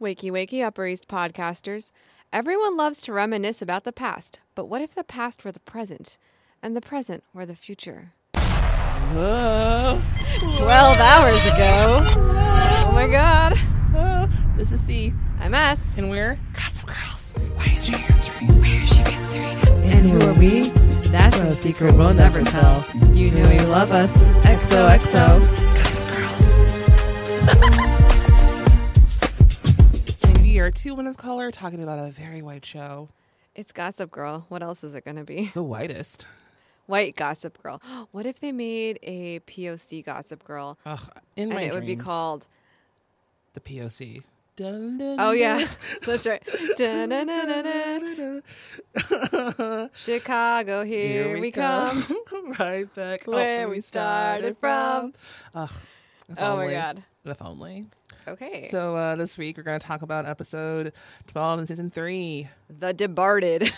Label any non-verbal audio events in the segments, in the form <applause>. Wakey, wakey, Upper East podcasters. Everyone loves to reminisce about the past, but what if the past were the present and the present were the future? 12 hours ago. Oh my god. Uh, this is C. I'm S. And we're Gossip Girls. Why is she answering? Why is she being Serena? And who are we? That's A secret we'll never tell. You know you love us. XOXO. Gossip Girls. <laughs> and we are two women of color talking about a very white show. It's Gossip Girl. What else is it going to be? The whitest. White Gossip Girl. <gasps> What if they made a POC Gossip Girl Ugh, in and my it would be dreams. called the POC. Dun, dun, Oh dun, yeah, <laughs> that's right. <laughs> Da-na-na-na-na. dun, dun. Chicago, here, we come. <laughs> right back Oh, up Where we started from. from. Ugh, if Oh my only. god. If only. Okay. So uh, this week we're going to talk about episode 12 in season 3. the <laughs> Debarted.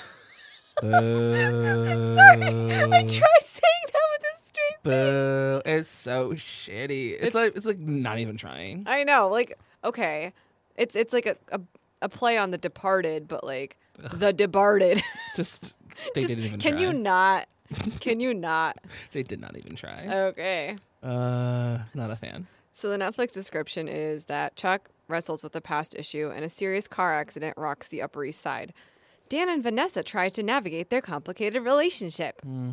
Sorry, <laughs> I tried saying that with a straight. Boo. It's so shitty. It's, like it's like not even trying. I know. Like okay, it's it's like a a, a play on the Departed, but like the Debarted. Just <laughs> they Just- didn't even can try. you <laughs> not? Can you not? They did not even try. Okay. Uh not a fan. So the Netflix description is that Chuck wrestles with the past issue and a serious car accident rocks the Upper East Side. Dan and Vanessa try to navigate their complicated relationship. Hmm.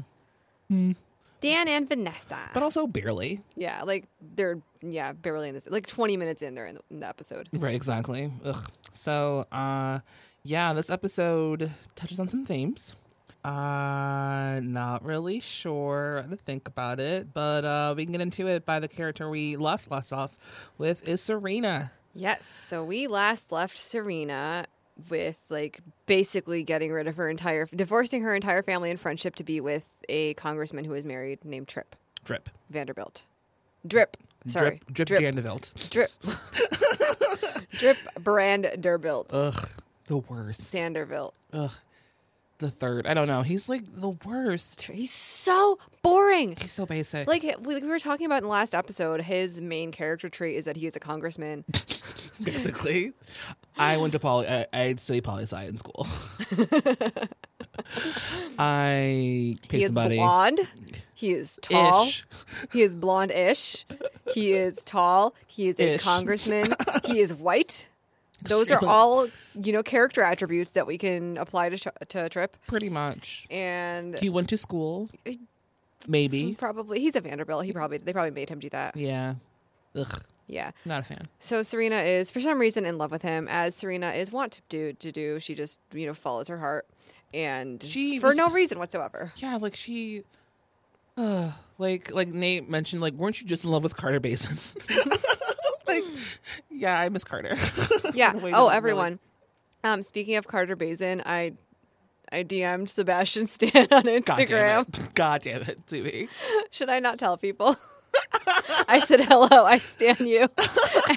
Dan and Vanessa. But also barely. yeah, like they're yeah barely in this. Like twenty minutes in, they're in the, in the episode. Right, exactly. Ugh. So, uh, yeah, this episode touches on some themes. Uh, not really sure how to think about it, but uh, we can get into it by the character we left last off with is Serena. Yes. So we last left Serena with like basically getting rid of her entire, divorcing her entire family and friendship to be with a congressman who is married named Trip Drip. Vanderbilt. Drip. Sorry. Drip. Drip. Vanderbilt. Drip. <laughs> Drip brand Derbilt. Ugh. The worst. Sanderbilt. Ugh. The third. I don't know. He's like the worst. He's so boring. He's so basic. Like we we were talking about in the last episode, his main character trait is that he is a congressman. <laughs> basically. I went to poly. I, I studied poli sci <laughs> in school. I He picked is somebody. blonde. He is tall. Ish. He is blonde-ish. He is tall. He is a Ish. congressman. He is <laughs> white. Those are all you know character attributes that we can apply to Tr- to Trip. Pretty much. And He went to school. Maybe. probably he's a Vanderbilt. He probably they probably made him do that. Yeah. Ugh. Yeah. Not a fan. So Serena is, for some reason, in love with him, as Serena is wont to do. To do, she just you know follows her heart, and She for was- no reason <laughs> whatsoever. Yeah, like she. Ugh. like like Nate mentioned, like weren't you just in love with Carter Basin? <laughs> like, yeah, I miss <laughs> Carter. Yeah. Way to oh, really- everyone. Um, speaking of Carter Bazin, I I DM'd Sebastian Stan on <laughs> God damn Instagram. it! God damn it, to me. Should I not tell people? <laughs> I said hello, I stan you, <laughs>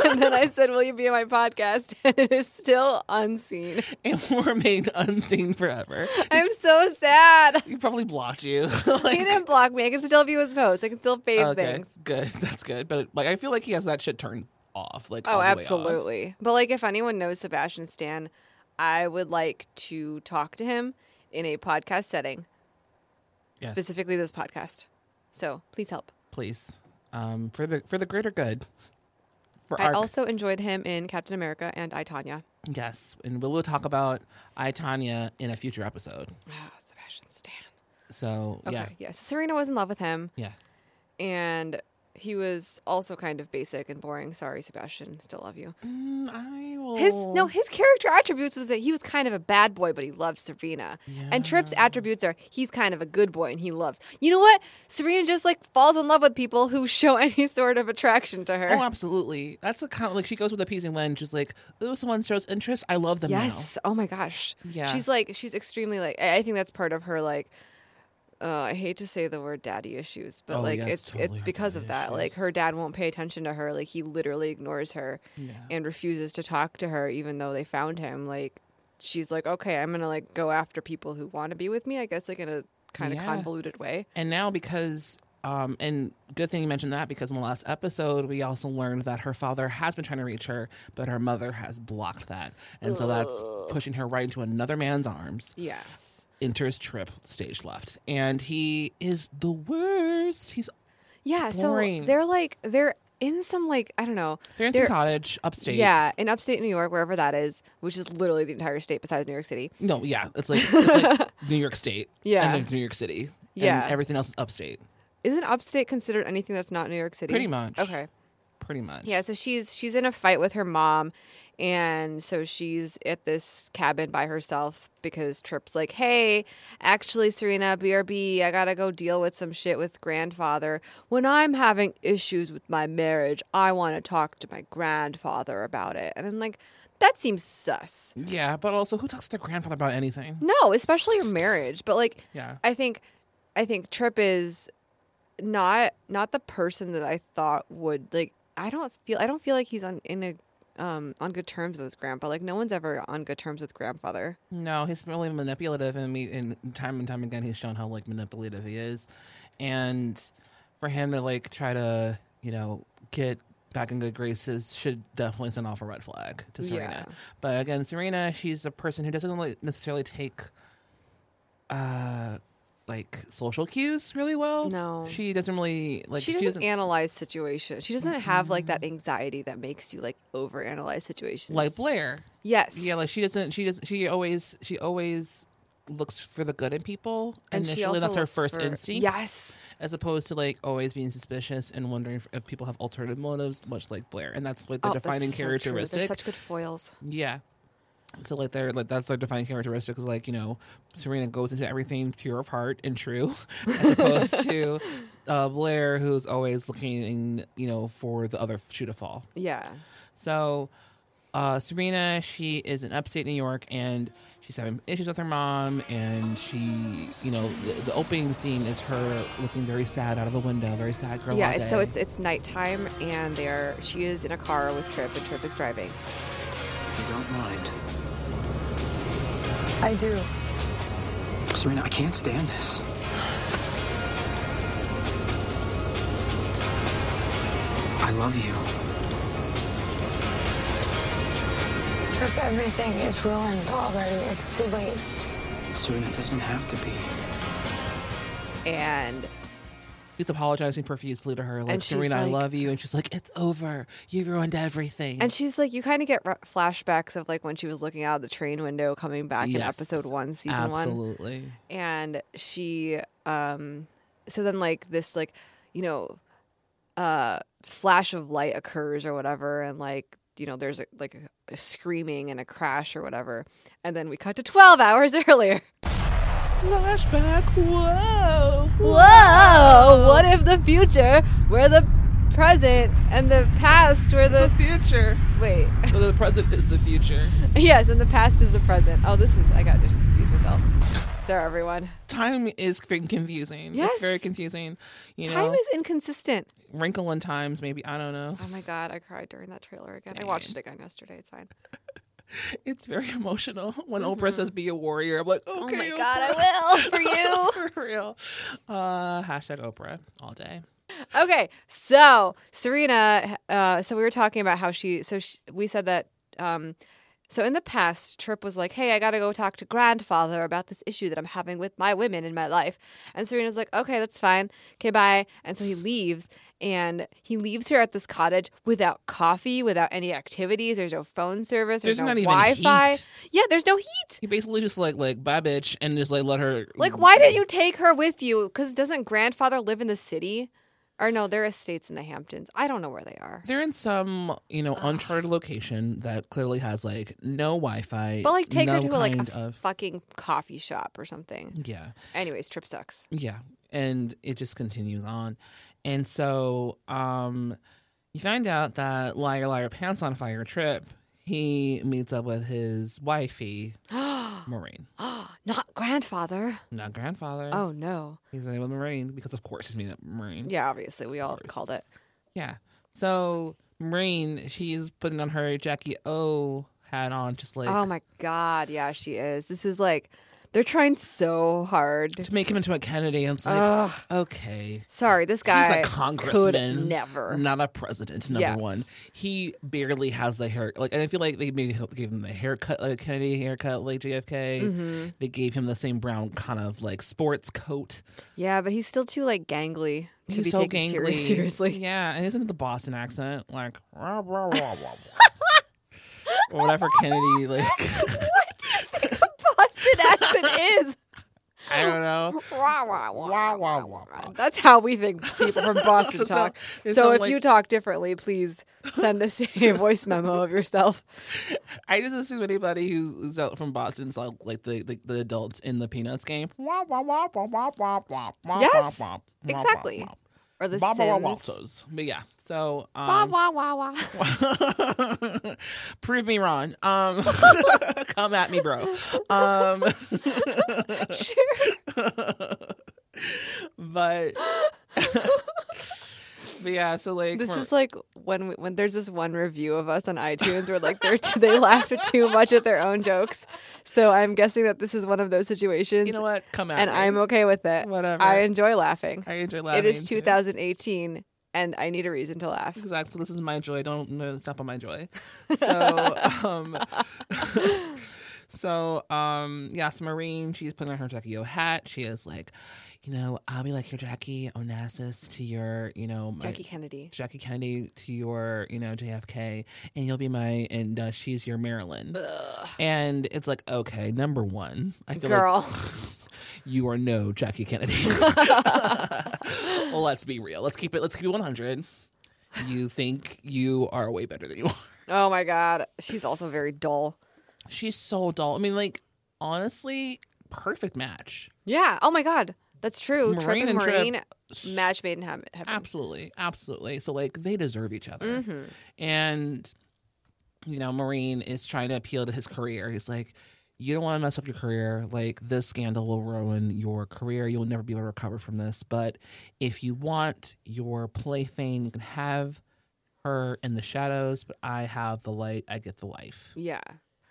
and then I said, "Will you be on my podcast?" <laughs> And it is still <laughs> unseen. And will remain unseen forever. I'm so sad. He probably blocked you. He <laughs> like, didn't block me. I can still view his posts. I can still fave things. good. That's good. But like, I feel like he has that shit turned off. Like, all Oh, the way off. absolutely. But like, if anyone knows Sebastian Stan, I would like to talk to him in a podcast setting, Yes, specifically this podcast. So please help. please, um, for the for the greater good. For I our also enjoyed him in Captain America and I Tanya. yes, and we will talk about I Tanya in a future episode. Ah, Sebastian Stan. So Okay. yeah, Yes. Serena was in love with him, yeah, and he was also kind of basic and boring. Sorry, Sebastian. Still love you. Mm, I will. His no, his character attributes was that he was kind of a bad boy, but he loved Serena. And Tripp's attributes are he's kind of a good boy and he loves. You know what? Serena just like falls in love with people who show <laughs> any sort of attraction to her. Oh, absolutely. That's a kind of like she goes with the peas and when she's like, "Ooh, someone shows interest. I love them." now." yes. Oh my gosh. Yeah. She's like she's extremely like. I I think that's part of her like. Uh, I hate to say the word daddy issues, but Oh, like yeah, it's it's, it's totally her because of daddy that. Like issues. her dad won't pay attention to her. Like he literally ignores her and refuses to talk to her, even though they found him. Like she's like, okay, I'm gonna like go after people who want to be with me. I guess like in a kind of Yeah. convoluted way. And now because Um, and good thing you mentioned that because in the last episode, we also learned that her father has been trying to reach her, but her mother has blocked that. And so that's pushing her right into another man's arms. Yes. Enters Trip, stage left. And he is the worst. He's Yeah. Boring. So they're like they're in some like I don't know. they're in some cottage upstate. yeah, in upstate New York, wherever that is, which is literally the entire state besides New York City. No, yeah. It's like, it's <laughs> like New York State. Yeah. And then New York City. Yeah. And everything else is upstate. Isn't upstate considered anything that's not New York City? Pretty much. Okay. Pretty much. Yeah, so she's she's in a fight with her mom and so she's at this cabin by herself because Trip's like, "Hey, actually Serena, BRB, I got to go deal with some shit with grandfather. When I'm having issues with my marriage, I want to talk to my grandfather about it." And I'm like, "That seems sus." Yeah. But also, who talks to their grandfather about anything? No, especially your marriage. But like, Yeah. I think, I think Trip is not not the person that I thought would like. I don't feel I don't feel like he's on in a um on good terms with his grandpa. Like no one's ever on good terms with grandfather. No, he's really manipulative, and me, and time and time again, he's shown how like manipulative he is, and for him to like try to you know get back in good graces should definitely send off a red flag to Serena. Yeah. But again, Serena, she's a person who doesn't like necessarily take uh like social cues really well. No. she doesn't really like. she, doesn't analyze situations. She doesn't have like that anxiety that makes you like overanalyze situations. like Blair. yes, Yeah, like she doesn't. She does. She always. She always looks for the good in people, and, she initially also that's her looks first for- instinct. Yes, as opposed to like always being suspicious and wondering if, if people have alternative motives, much like Blair, and that's like the Oh, that's defining so true. characteristic. They're such good foils. yeah. So like they're like that's their defining characteristic is like you know Serena goes into everything pure of heart and true, <laughs> as opposed to uh, Blair who's always looking you know for the other shoe to fall. Yeah, So, uh, Serena, she is in upstate New York, and she's having issues with her mom. And she, you know, the, the opening scene is her looking very sad out of a window, very sad girl. yeah. all It's, so day. it's it's nighttime, and they are. She is in a car with Trip, and Trip is driving. You don't mind. I do. Serena, I can't stand this. I love you. Trip, everything is ruined already. It's too late. Serena, it doesn't have to be. and he's apologizing profusely to her, like And she's Serena, I like- love you, and she's like, it's over, you ruined everything. and she's like you kind of get re- flashbacks of like when she was looking out of the train window coming back in Yes. episode 1 season 1 absolutely. and she um so then like this like you know uh flash of light occurs or whatever and like you know there's a, like a, screaming and a crash or whatever and then we cut to 12 hours <laughs> earlier Flashback. Whoa. whoa what if the future were the present and the past were The the future. wait <laughs> Well, Oh, the present is the future. Yes, and the past is the present. Oh, this is I got just confused myself. Sorry, everyone. Time is freaking confusing. Yes. It's very confusing. You know, Time is inconsistent. wrinkle in times. Maybe I don't know. Oh my god, I cried during that trailer again. I watched it again yesterday. It's fine. <laughs> It's very emotional <laughs> when Oprah says "Be a warrior." I'm like, okay, Mm-hmm. Oh my god, Oprah, I will for you. <laughs> for real. Uh, hashtag Oprah all day. Okay, so Serena, uh, so we were talking about how she, so she, we said that, um, so in the past, Trip was like, hey, I gotta go talk to grandfather about this issue that I'm having with my women in my life. And Serena's like, okay, that's fine. Okay, bye. And so he leaves, and he leaves her at this cottage without coffee, without any activities. There's no phone service, there's, There's no not even Wi Fi. heat. Yeah, there's no heat. He basically just like like bye bitch and just like let her Like, why didn't you take her with you? Because doesn't grandfather live in the city? Or no, their estate's in the Hamptons. I don't know where they are. They're in some you know uncharted location that clearly has like no Wi-Fi, But like take her no to like kind a of Mm. fucking coffee shop or something. yeah. Anyways, trip sucks. <gasps> Yeah. And it just continues on. And so um you find out that Liar Liar Pants on Fire Trip, he meets up with his <gasps> wifey, Oh. Maureen. Not grandfather. Not grandfather. Oh no. He's the name of Marine because of course he's meeting up with Marine. Yeah, obviously we all called it. Yeah. So Marine, she's putting on her Jackie O hat on just like Oh my god, yeah, she is. This is like They're trying so hard. to make him into a Kennedy. And it's like, Ugh. okay. Sorry, this guy He's a could congressman, never. not a president. Number Yes. one, he barely has the hair. Like, and I feel like they maybe helped- gave him the haircut, like Kennedy haircut, like JFK. Mm-hmm. They gave him the same brown kind of like sports coat. Yeah, but he's still too like gangly to He's be so taken ser- gangly. seriously. Yeah, and isn't it the Boston accent like rah, rah, rah, rah, rah. <laughs> or whatever Kennedy like? <laughs> Boston accent is. I don't know. Wah, wah, wah. Wah, wah, wah, wah. That's how we think people <laughs> from Boston So- so- talk. So, it sound if like- you talk differently, please send us <laughs> a voice memo of yourself. I just assume anybody who's, who's out from Boston's like, like the, the the adults in the Peanuts game. Yes, Yes, exactly. Or the Sims. But yeah, so Wah, um, wah, wah, wah. <laughs> prove me wrong. Um, <laughs> come at me, bro. <laughs> Um, <laughs> but <laughs> but yeah, so like This we're- is like when we, when there's this one review of us on iTunes where like they're <laughs> t- they laughed too much at their own jokes. So I'm guessing that this is one of those situations. you know what? Come at And me. I'm okay with it. Whatever. I enjoy laughing. I enjoy laughing. It is too. 2018, and I need a reason to laugh. Exactly. This is my joy. Don't no, stop on my joy. So, um, <laughs> so um, yeah. So Marine, she's putting on her Jackie O hat. She is like, you know, I'll be like your Jackie Onassis to your, you know, my, Jackie Kennedy. Jackie Kennedy to your, you know, JFK, and you'll be my, and uh, she's your Marilyn. And it's like, okay, number one, I feel like Girl. you are no Jackie <laughs> Kennedy. well, let's be real. Let's keep it. Let's keep it one hundred. You think you are way better than you are. oh my God. She's also very dull. She's so dull. I mean, like honestly, perfect match. Yeah. Oh my God. That's true. Trip Maureen and and Trip. Marine, match made in heaven. Mm-hmm. Absolutely, absolutely. So like they deserve each other, and you know, Marine is trying to appeal to his career. He's like. You don't want to mess up your career. Like, this scandal will ruin your career. You'll never be able to recover from this. But if you want your plaything, you can have her in the shadows, but I have the light. I get the life. Yeah.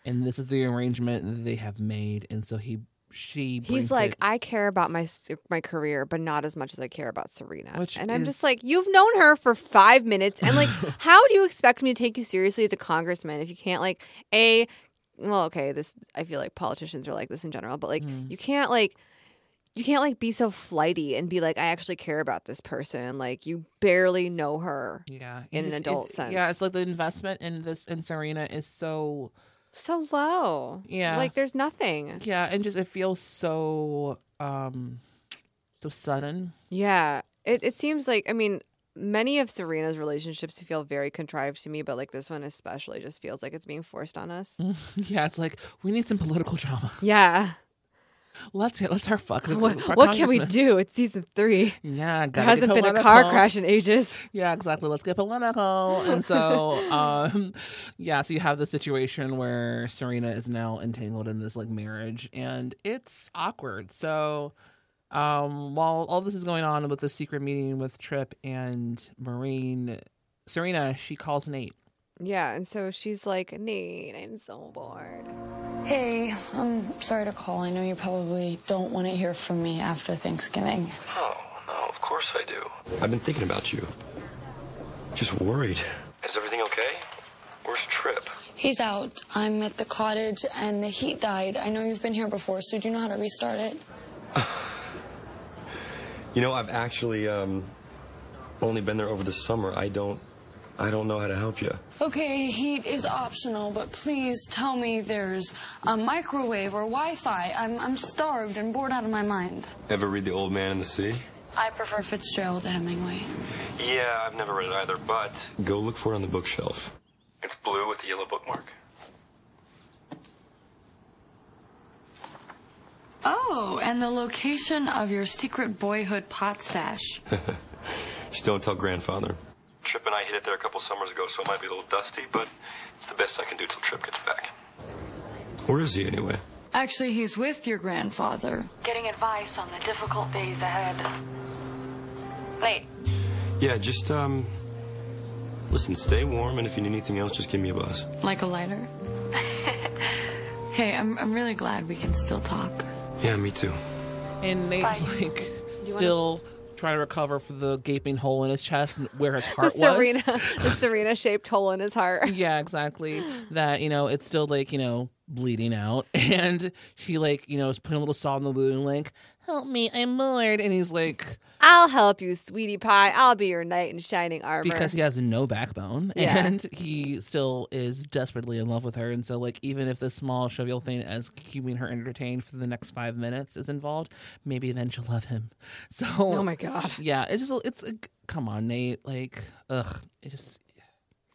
and this is the arrangement that they have made and so he she brings He's like, it- I care about my s- my career, but not as much as I care about Serena. Which and I'm is- just like, you've known her for five minutes, and <laughs> like, how do you expect me to take you seriously as a congressman if you can't like a well, okay, this I feel like politicians are like this in general, but like, Mm. you can't like. You can't like be so flighty and be like, I actually care about this person. Like you barely know her. yeah in an it's- adult it's- sense. yeah it's like the investment in this in serena is so So low. Yeah. Like there's nothing. yeah and just it feels so um so sudden <laughs> Yeah. It it seems like I mean, many of Serena's relationships feel very contrived to me, but like this one especially just feels like it's being forced on us. Mm. yeah it's like we need some political drama Yeah. let's let's our fuck with What, our what can we congressman. do? It's season three. yeah There gotta get hasn't been a car political. crash in ages. Yeah, exactly. Let's get political. And <laughs> so, um, yeah, so you have the situation where Serena is now entangled in this like marriage and it's awkward. So, um, while all this is going on with the secret meeting with Trip and Marine, Serena, she calls Nate. Yeah, and so she's like, Nate, I'm so bored. Hey, I'm sorry to call. I know you probably don't want to hear from me after Thanksgiving. No, Oh, no, of course I do. I've been thinking about you. Just worried. Is everything okay? Where's Trip? He's out. I'm at the cottage and the heat died. I know you've been here before, so do you know how to restart it? You know, I've actually um, only been there over the summer. I don't, I don't know how to help you. Okay, heat is optional, but please tell me there's a microwave or Wi-Fi. I'm, I'm starved and bored out of my mind. Ever read The Old Man and the Sea? I prefer Fitzgerald to Hemingway. Yeah, I've never read it either, but Go look for it on the bookshelf. it's blue with the yellow bookmark. Oh, and the location of your secret boyhood pot stash. Just don't tell grandfather. Trip and I hid it there a couple summers ago, so it might be a little dusty, but it's the best I can do till Trip gets back. Where is he anyway? Actually, he's with your grandfather. getting advice on the difficult days ahead. Nate, Yeah, just um, listen, stay warm, and if you need anything else, just give me a buzz. Like a lighter? hey, I'm, I'm really glad we can still talk. Yeah, me too. And Nate's Bye. like still trying to recover from the gaping hole in his chest and where <laughs> his The heart Serena, was. the <laughs> Serena shaped hole in his heart. Yeah, exactly. That, you know, it's still like, you know, bleeding out. <laughs> And she like, you know, is putting a little saw in the wound, like, help me, I'm bored. And he's like, I'll help you, sweetie pie. I'll be your knight in shining armor. because he has no backbone Yeah. <laughs> and he still is desperately in love with her and so like even if this small trivial thing as keeping her entertained for the next five minutes is involved maybe then she'll love him <laughs> so oh my god. yeah it's just it's like, come on nate like ugh it just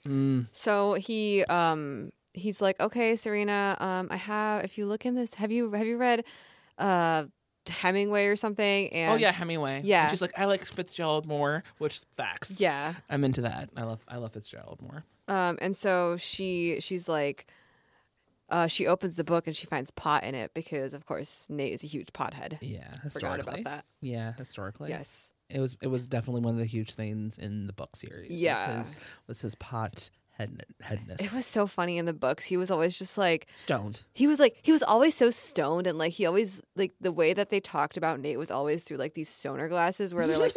Mm. So he um he's like, okay, Serena, um, I have. If you look in this, have you have you read uh Hemingway or something? And oh yeah hemingway Yeah. and she's like i like fitzgerald more which facts yeah. i'm into that i love i love fitzgerald more Um, and so she she's like, uh, she opens the book and she finds pot in it because of course Nate is a huge pothead. yeah Forgot historically about that. yeah historically Yes. it was it was definitely one of the huge things in the book series. was Yeah. his, was his pot head, headness It was so funny in the books. He was always just like stoned. <laughs> he was like he was always so stoned and like he always like the way that they talked about Nate was always through like these stoner glasses where they're <laughs> like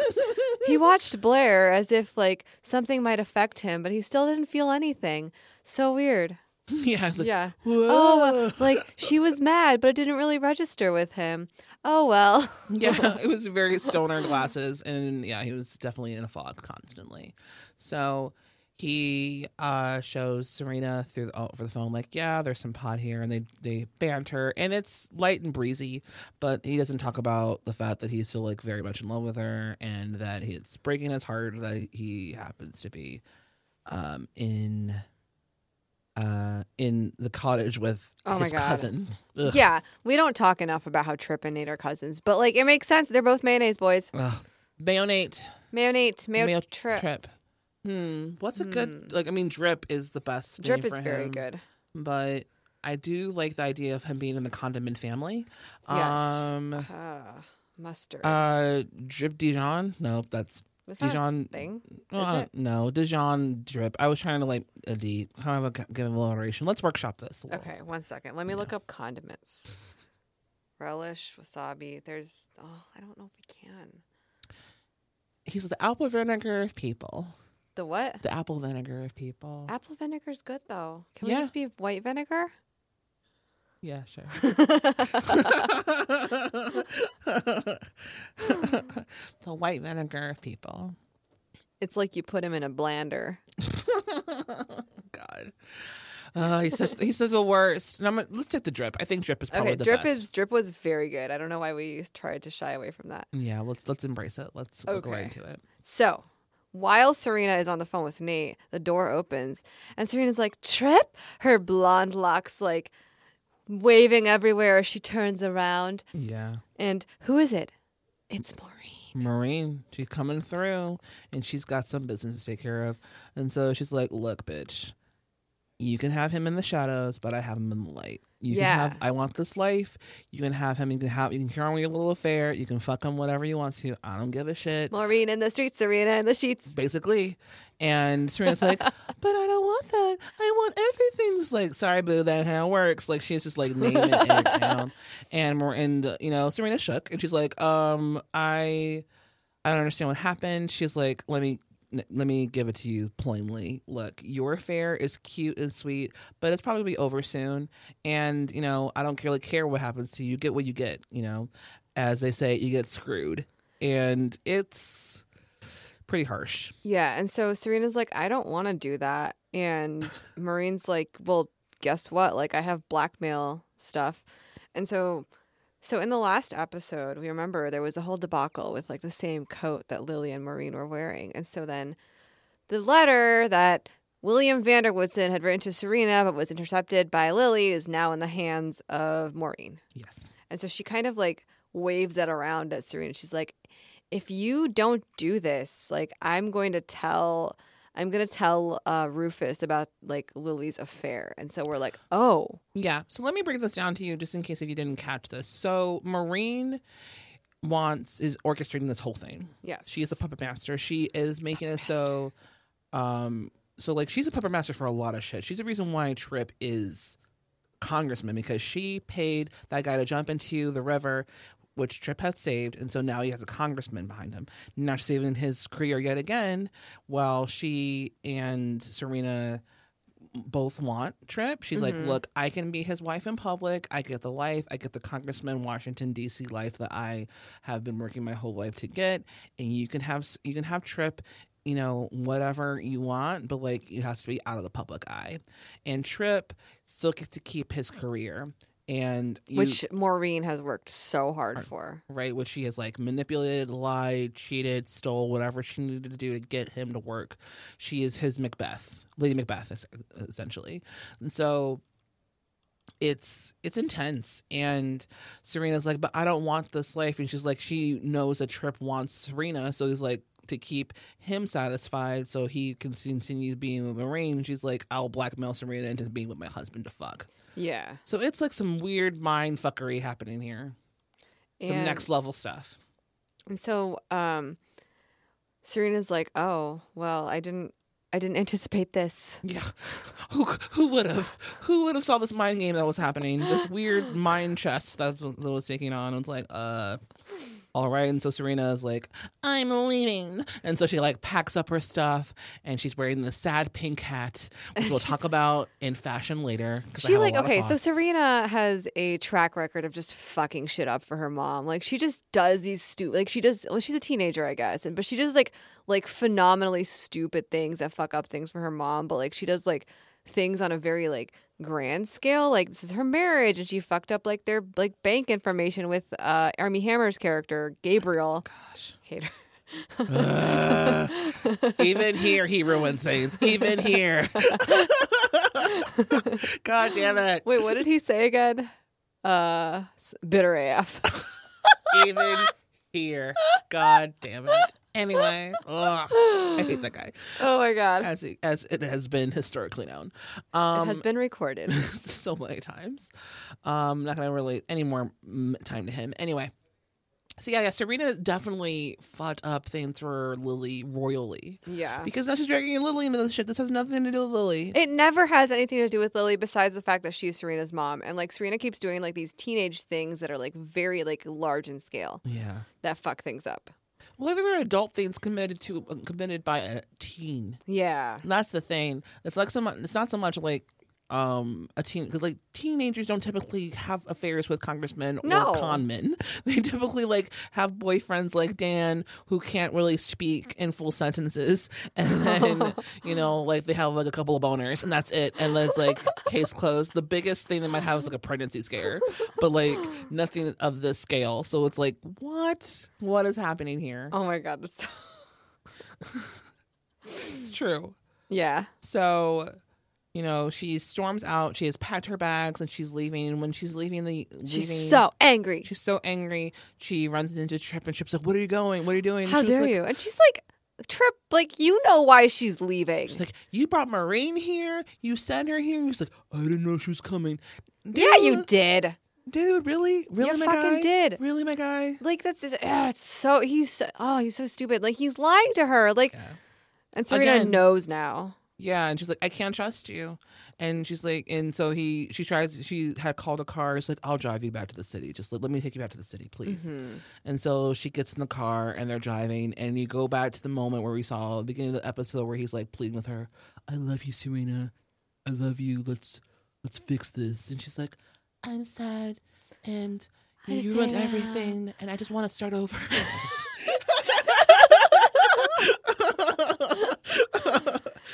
he watched Blair as if like something might affect him, but he still didn't feel anything. So weird. yeah, I was like, Yeah. Whoa. Oh, well, like she was mad, but it didn't really register with him. Oh well. <laughs> yeah, <laughs> it was very stoner glasses, and yeah, he was definitely in a fog constantly. So he uh, shows Serena through the, over the phone, like, yeah, there's some pot here, and they they banter, and it's light and breezy, but he doesn't talk about the fact that he's still like very much in love with her, and that it's breaking his heart that he happens to be um, in. Uh, in the cottage with Oh my his God. cousin. Ugh. Yeah, we don't talk enough about how Trip and Nate are cousins, but like it makes sense. They're both mayonnaise boys. Ugh. Bayonate. Mayo Nate, Mayo, Mayo Trip. Hmm. What's a good like? I mean, drip is the best. Drip name is for very him, good. but I do like the idea of him being in the condiment family. Yes. Um. Uh, mustard. Uh. Drip Dijon. No, that's That's not a Dijon. thing. Is Uh, it? No, Dijon drip. I was trying to like a D. Kind of a, give him alliteration. Let's workshop this. A little. Okay, one second. Let me look up <laughs> condiments. Relish, wasabi. There's oh, I don't know if we can. He's the apple vinegar of people. The what? The apple vinegar of people. Apple vinegar's good though. Can Yeah. we just be white vinegar? Yeah, <laughs> sure. <laughs> the white vinegar of people. It's like you put him in a blender. God. Uh, he's such he's such the worst. And I'm gonna- let's take the drip. I think drip is probably okay, the drip best. is drip was very good. I don't know why we tried to shy away from that. yeah, let's let's embrace it. Let's go Okay. right into it. So, while Serena is on the phone with Nate, the door opens and Serena's like, Trip? Her blonde locks like waving everywhere as she turns around. Yeah. And who is it? It's Maureen. Maureen, she's coming through and she's got some business to take care of. And so she's like, Look, bitch, you can have him in the shadows, but I have him in the light. You Yeah. can have I want this life. You can have him, you can have you can carry on with your little affair, you can fuck him whatever you want to. I don't give a shit. Maureen in the streets, Serena in the sheets. Basically. And Serena's like, But I don't want that. I want everything. She's like, sorry, boo, that how it works. Like she's just like naming it down. And more and uh, you know, Serena shook and she's like, um, I I don't understand what happened. She's like, let me let me give it to you plainly. Look, your affair is cute and sweet, but it's probably be over soon. And you know, I don't really care what happens to you. You Get what you get. You know, as they say, you get screwed, and it's pretty harsh. Yeah. And so Serena's like, I don't want to do that. <laughs> And Maureen's like, Well, guess what? Like, I have blackmail stuff. And so. So in the last episode, we remember there was a whole debacle with like the same coat that Lily and Maureen were wearing. And so then the letter that William Vanderwoodson had written to Serena but was intercepted by Lily is now in the hands of Maureen. Yes. And so she kind of like waves that around at Serena. She's like, if you don't do this, like I'm going to tell I'm gonna tell uh, Rufus about like Lily's affair. And so we're like, oh, Yeah. So let me break this down to you just in case if you didn't catch this. So Marine wants is orchestrating this whole thing. Yes. She is a puppet master. She is making it so um so like she's a puppet master for a lot of shit. She's the reason why Trip is congressman because she paid that guy to jump into the river, which Tripp had saved, and so now he has a congressman behind him. Now she's saving his career yet again, while she and Serena both want Tripp. She's like, look, I can be his wife in public. I get the life. I get the Congressman Washington D.C. life that I have been working my whole life to get, and you can have you can have Tripp. You know, whatever you want, but like it has to be out of the public eye. And Tripp still gets to keep his career. And you, which Maureen has worked so hard for. right? Which she has like manipulated, lied, cheated, stole, whatever she needed to do to get him to work. She is his Macbeth, Lady Macbeth, es- essentially. And so it's it's intense and serena's like but i don't want this life and she's like she knows that trip wants serena so he's like to keep him satisfied so he can continue being with Maureen. And she's like i'll blackmail serena into being with my husband to fuck Yeah. so it's like some weird mind fuckery happening here. Some And- next level stuff. And so um Serena's like, "Oh, well, I didn't I didn't anticipate this." Yeah. Who who would have who would have saw this mind game that was happening? <gasps> This weird mind chess that was, that was taking on. It was like, uh all right, and so Serena is like, I'm leaving. And so she like packs up her stuff and she's wearing the sad pink hat, <laughs> which we'll talk about in fashion later. 'cause I She have a like lot of okay, so thoughts. Serena <laughs> has a track record of just fucking shit up for her mom. Like she just does these stupid, like she does. Well, she's a teenager, I guess, and but she does like like phenomenally stupid things that fuck up things for her mom. But like she does like things on a very like grand scale. Like this is her marriage, and she fucked up like their like bank information with uh Army Hammer's character Gabriel. Oh, Gosh, hater. <laughs> Even here he ruins things. Even <laughs> here. <laughs> God damn it. Wait, what did he say again? Uh, s- bitter AF. even here. God damn it. Anyway, ugh, I hate that guy. <laughs> oh my god, As it, as it has been historically known, it um, <laughs> has been recorded. so many times. Um, not gonna relate any more mm, time to him. Anyway, so yeah, yeah, Serena definitely fucked up things for Lily royally Yeah. because now she's dragging Lily into this shit. This has nothing to do with Lily. It never has anything to do with Lily besides the fact that she's Serena's mom. And like Serena keeps doing like these teenage things that are like very like large in scale yeah. that fuck things up. Well, there are adult things committed to um, committed by a teen. Yeah. That's the thing. It's like so much. It's not so much like um a teen because like teenagers don't typically have affairs with congressmen No. or con men. <laughs> They typically like have boyfriends like Dan who can't really speak in full sentences, <laughs> and then you know like they have like a couple of boners and that's it. And then it's like case closed. The biggest thing they might have is like a pregnancy scare, but like nothing of this scale. So it's like what what is happening here? Oh my god, <laughs> that's It's true. Yeah. So, you know, she storms out. She has packed her bags and she's leaving. And when she's leaving, the leaving, She's so angry. she's so angry. She runs into Trip and Trip's like, "What are you going? What are you doing?" And How she was dare like, you? And she's like, Trip, like you know why she's leaving. She's like, "You brought Maureen here. You sent her here." He's like, "I didn't know she was coming." yeah, you Dude, did. dude. Really, really, You my fucking guy. did. Really, my guy. Like that's just, ugh, it's so he's so- oh he's so stupid. Like he's lying to her. Like, and Serena Again. knows now. Yeah, and she's like, I can't trust you. And she's like, and so he, she tries, she had called a car. She's like, I'll drive you back to the city. Just let, let me take you back to the city, please. And so she gets in the car and they're driving. And you go back to the moment where we saw the beginning of the episode where he's like pleading with her, I love you, Serena. I love you. Let's, let's fix this. And she's like, I'm sad. And you ruined everything. And I just want to start over.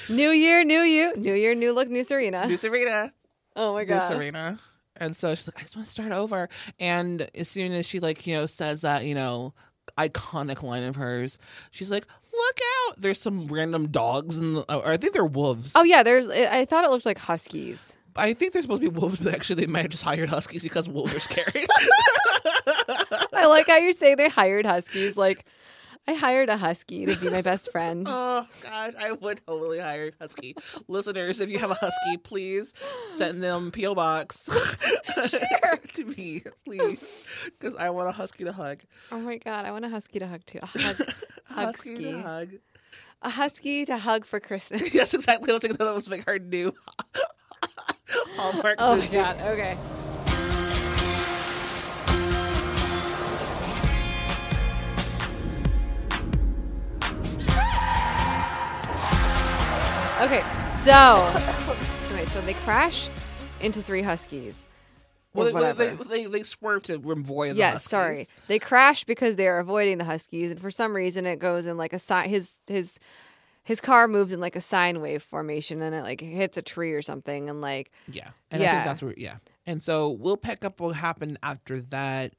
New year, new you, new year, new look, new Serena. Do Serena. Oh my Miss god. Serena. And so she's like, I just want to start over. And as soon as she like, you know, says that, you know, iconic line of hers, she's like, look out. There's some random dogs and or I think they're wolves. Oh yeah, there's. I I thought it looked like huskies. I think they're supposed to be wolves, but actually they might have just hired huskies because wolves are scary. I like how you're saying they hired huskies. Like, I hired a husky to be my best <laughs> friend. oh God, I would totally hire a husky. Listeners, if you have a husky, please send them PO box <laughs> to me, please, because I want a husky to hug. Oh my god, I want a husky to hug too. <laughs> A, hug, Husky to Hugski. hug. a husky to hug for Christmas. <laughs> Yes, exactly. I was thinking that was like her new <laughs> Hallmark Oh my movie. god. Okay. Okay, so <laughs> wait, so they crash into three huskies. Or Well, they, whatever. they, they, they swerve to avoid the yes, Huskies. sorry. They crash because they are avoiding the huskies, and for some reason it goes in like a sine. His his his car moves in like a sine wave formation, and it like hits a tree or something, and like Yeah. And I Yeah. think that's where, yeah. And so we'll pick up what happened after that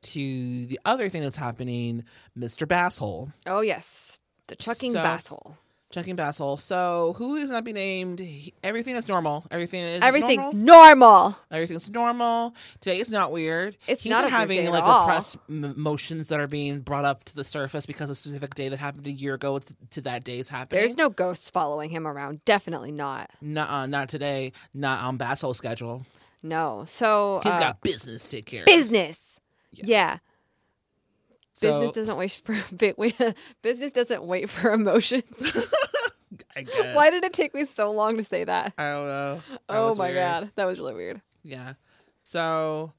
to the other thing that's happening, Mr. Basshole. oh yes, the chucking So- basshole. Checking Basshole. So who is not be named? He- Everything is normal. Everything is Everything's normal. normal. Everything's normal. Today is not weird. It's He's not a not, weird having day at like all. repressed m- motions that are being brought up to the surface because a specific day that happened a year ago to, to that day is happening. There's no ghosts following him around. Definitely not. Nuh-uh, uh, not today. Not on Basshole's schedule. No. So He's uh, got business to take care. of. business. Yeah. So- business doesn't wait <laughs> for bi- wait, business doesn't wait for emotions. <laughs> I guess. Why did it take me so long to say that? I don't know. That oh was my weird. god, that was really weird. Yeah. So,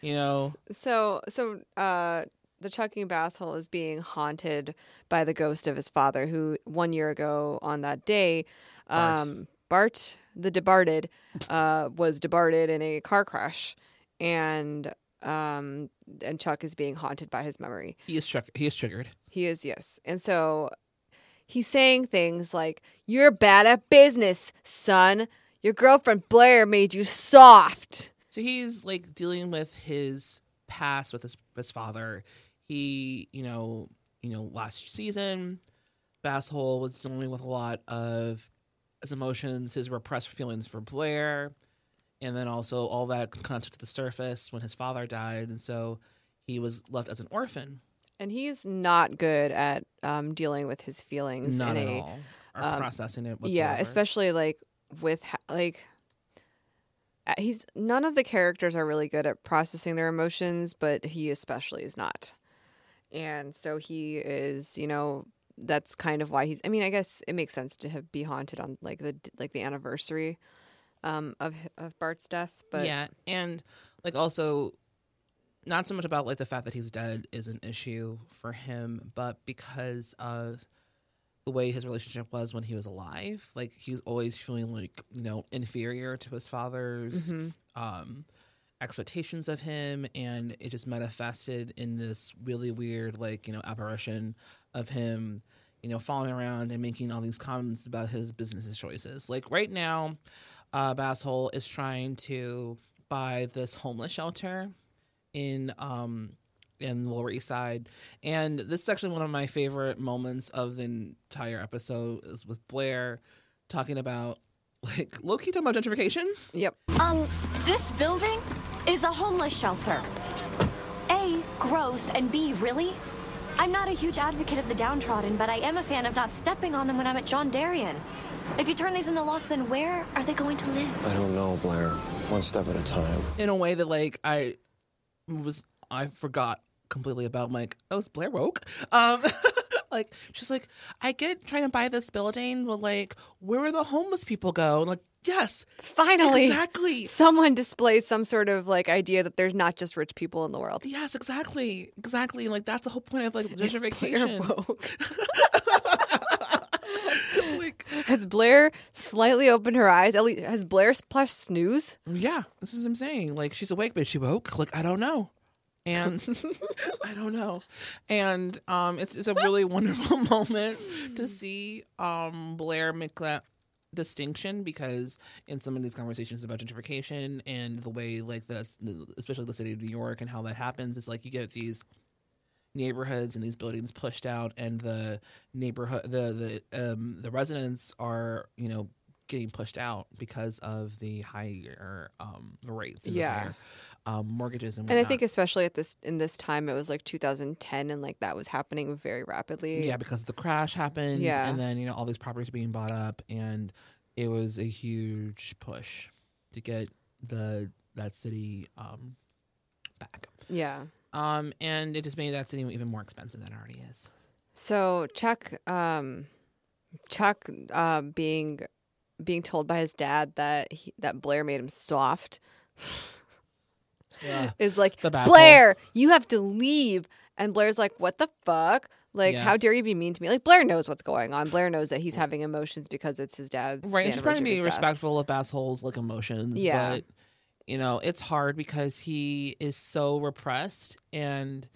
you know, So so uh the chucking basshole is being haunted by the ghost of his father who one year ago on that day um Bart the debarted uh was debarted in a car crash and um and Chuck is being haunted by his memory. he is tr- he is triggered. He is, yes. And so he's saying things like, You're bad at business, son. Your girlfriend Blair made you soft. So he's like dealing with his past with his his father. He, you know, you know, last season, Basshole was dealing with a lot of his emotions, his repressed feelings for Blair, and then also all that kind of took to the surface when his father died, and so he was left as an orphan. And he's not good at um, dealing with his feelings Not in at a um, all. Or processing it. Whatsoever. yeah, especially like with ha- like uh, he's none of the characters are really good at processing their emotions, but he especially is not. And so he is, you know, that's kind of why he's. I mean, I guess it makes sense to have be haunted on like the like the anniversary um, of of Bart's death, but yeah, and like also, not so much about like the fact that he's dead is an issue for him, but because of the way his relationship was when he was alive, like he was always feeling like you know inferior to his father's um, expectations of him, and it just manifested in this really weird like you know apparition of him. You know, following around and making all these comments about his business choices. Like right now, uh, Basshole is trying to buy this homeless shelter in um in the Lower East Side, and this is actually one of my favorite moments of the entire episode is with Blair talking about like low key talking about gentrification. yep, Um, this building is a homeless shelter. A, gross, and B, really? I'm not a huge advocate of the downtrodden, but I am a fan of not stepping on them when I'm at John Darien. If you turn these into lofts, then where are they going to live? I don't know, Blair. One step at a time. in a way that like I was I forgot completely about like oh it's Blair woke um <laughs> like she's like I get trying to buy this building but like where will the homeless people go and like yes finally, exactly someone displays some sort of like idea that there's not just rich people in the world. yes exactly exactly like that's the whole point of like It's Blair gentrification woke. <laughs> like Has Blair slightly opened her eyes? At least, has Blair splashed snooze? yeah this is what I'm saying like she's awake but is she woke like I don't know <laughs> and I don't know. And um, it's it's a really wonderful <laughs> moment to see um Blair make that distinction because in some of these conversations about gentrification and the way like that's especially the city of New York and how that happens is like you get these neighborhoods and these buildings pushed out and the neighborhood the the um the residents are you know getting pushed out because of the higher um rates and the Yeah. higher, um mortgages and And I whatnot. think especially at this in this time, it was like 2010, and like that was happening very rapidly. Yeah, because the crash happened. Yeah. And then, you know, all these properties being bought up and it was a huge push to get the that city um back. yeah. Um and it just made that city even more expensive than it already is. So Chuck, um, Chuck, uh, being being told by his dad that he, that Blair made him soft Yeah. is like The baffle. Blair, you have to leave. And Blair's like, what the fuck? Like, Yeah. how dare you be mean to me? Like, Blair knows what's going on. Blair knows that he's having emotions because it's his dad's Right. the And she's trying anniversary to of be his death. respectful of assholes like emotions. Yeah. But you know, it's hard because he is so repressed and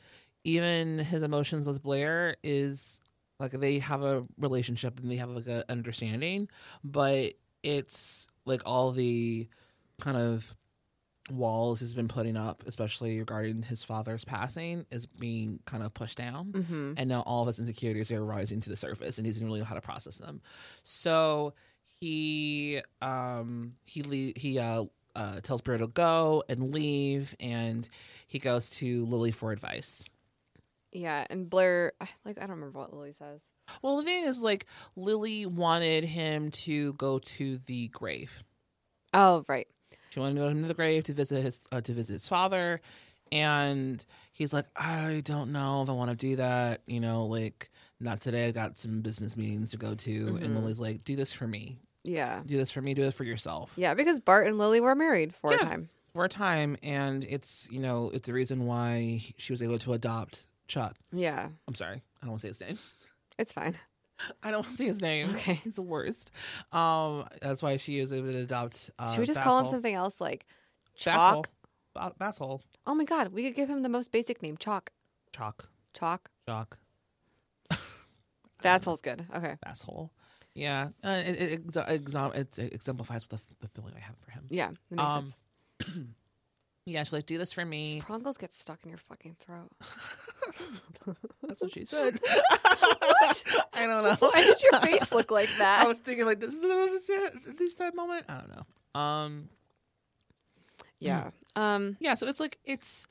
even his emotions with Blair is like they have a relationship and they have like a understanding, but it's like all the kind of walls he's been putting up, especially regarding his father's passing, is being kind of pushed down. Mm-hmm. And now all of his insecurities are rising to the surface and he doesn't really know how to process them. So he um he le- he uh uh, tells Blair to go and leave, and he goes to Lily for advice. Yeah. And Blair, I- like, I don't remember what Lily says. Well, the thing is, like, Lily wanted him to go to the grave. Oh, right. She wanted to go to the grave to visit his uh, to visit his father, and he's like, I don't know if I want to do that. You know, like not today. I got some business meetings to go to, Mm-hmm. and Lily's like, do this for me. Yeah. Do this for me. Do it for yourself. Yeah. Because Bart and Lily were married for Yeah. a time. For a time, and it's you know it's the reason why he- she was able to adopt Chuck. Yeah. I'm sorry, I don't want to say his name. <laughs> It's fine. I don't want to say his name. Okay. <laughs> he's the worst. Um, that's why she was able to adopt. Uh, Should we just call him Basil. something else like Basil. Chalk? Ba- Basil. Oh my God. We could give him the most basic name Chalk. Chalk. Chalk. Chalk. That's hole's good. Okay. asshole. Yeah, uh, it, it, exa- exa- it, it exemplifies the, the feeling I have for him. Yeah. That makes Um, sense. <clears throat> Yeah, she's like, do this for me. Prongles get stuck in your fucking throat. That's what she <laughs> said. <laughs> I don't know. <laughs> Why did your face look <laughs> like that? I was thinking like, this is the most sad- this sad moment. I don't know. Um, yeah. <clears throat> Um. yeah, so it's like it's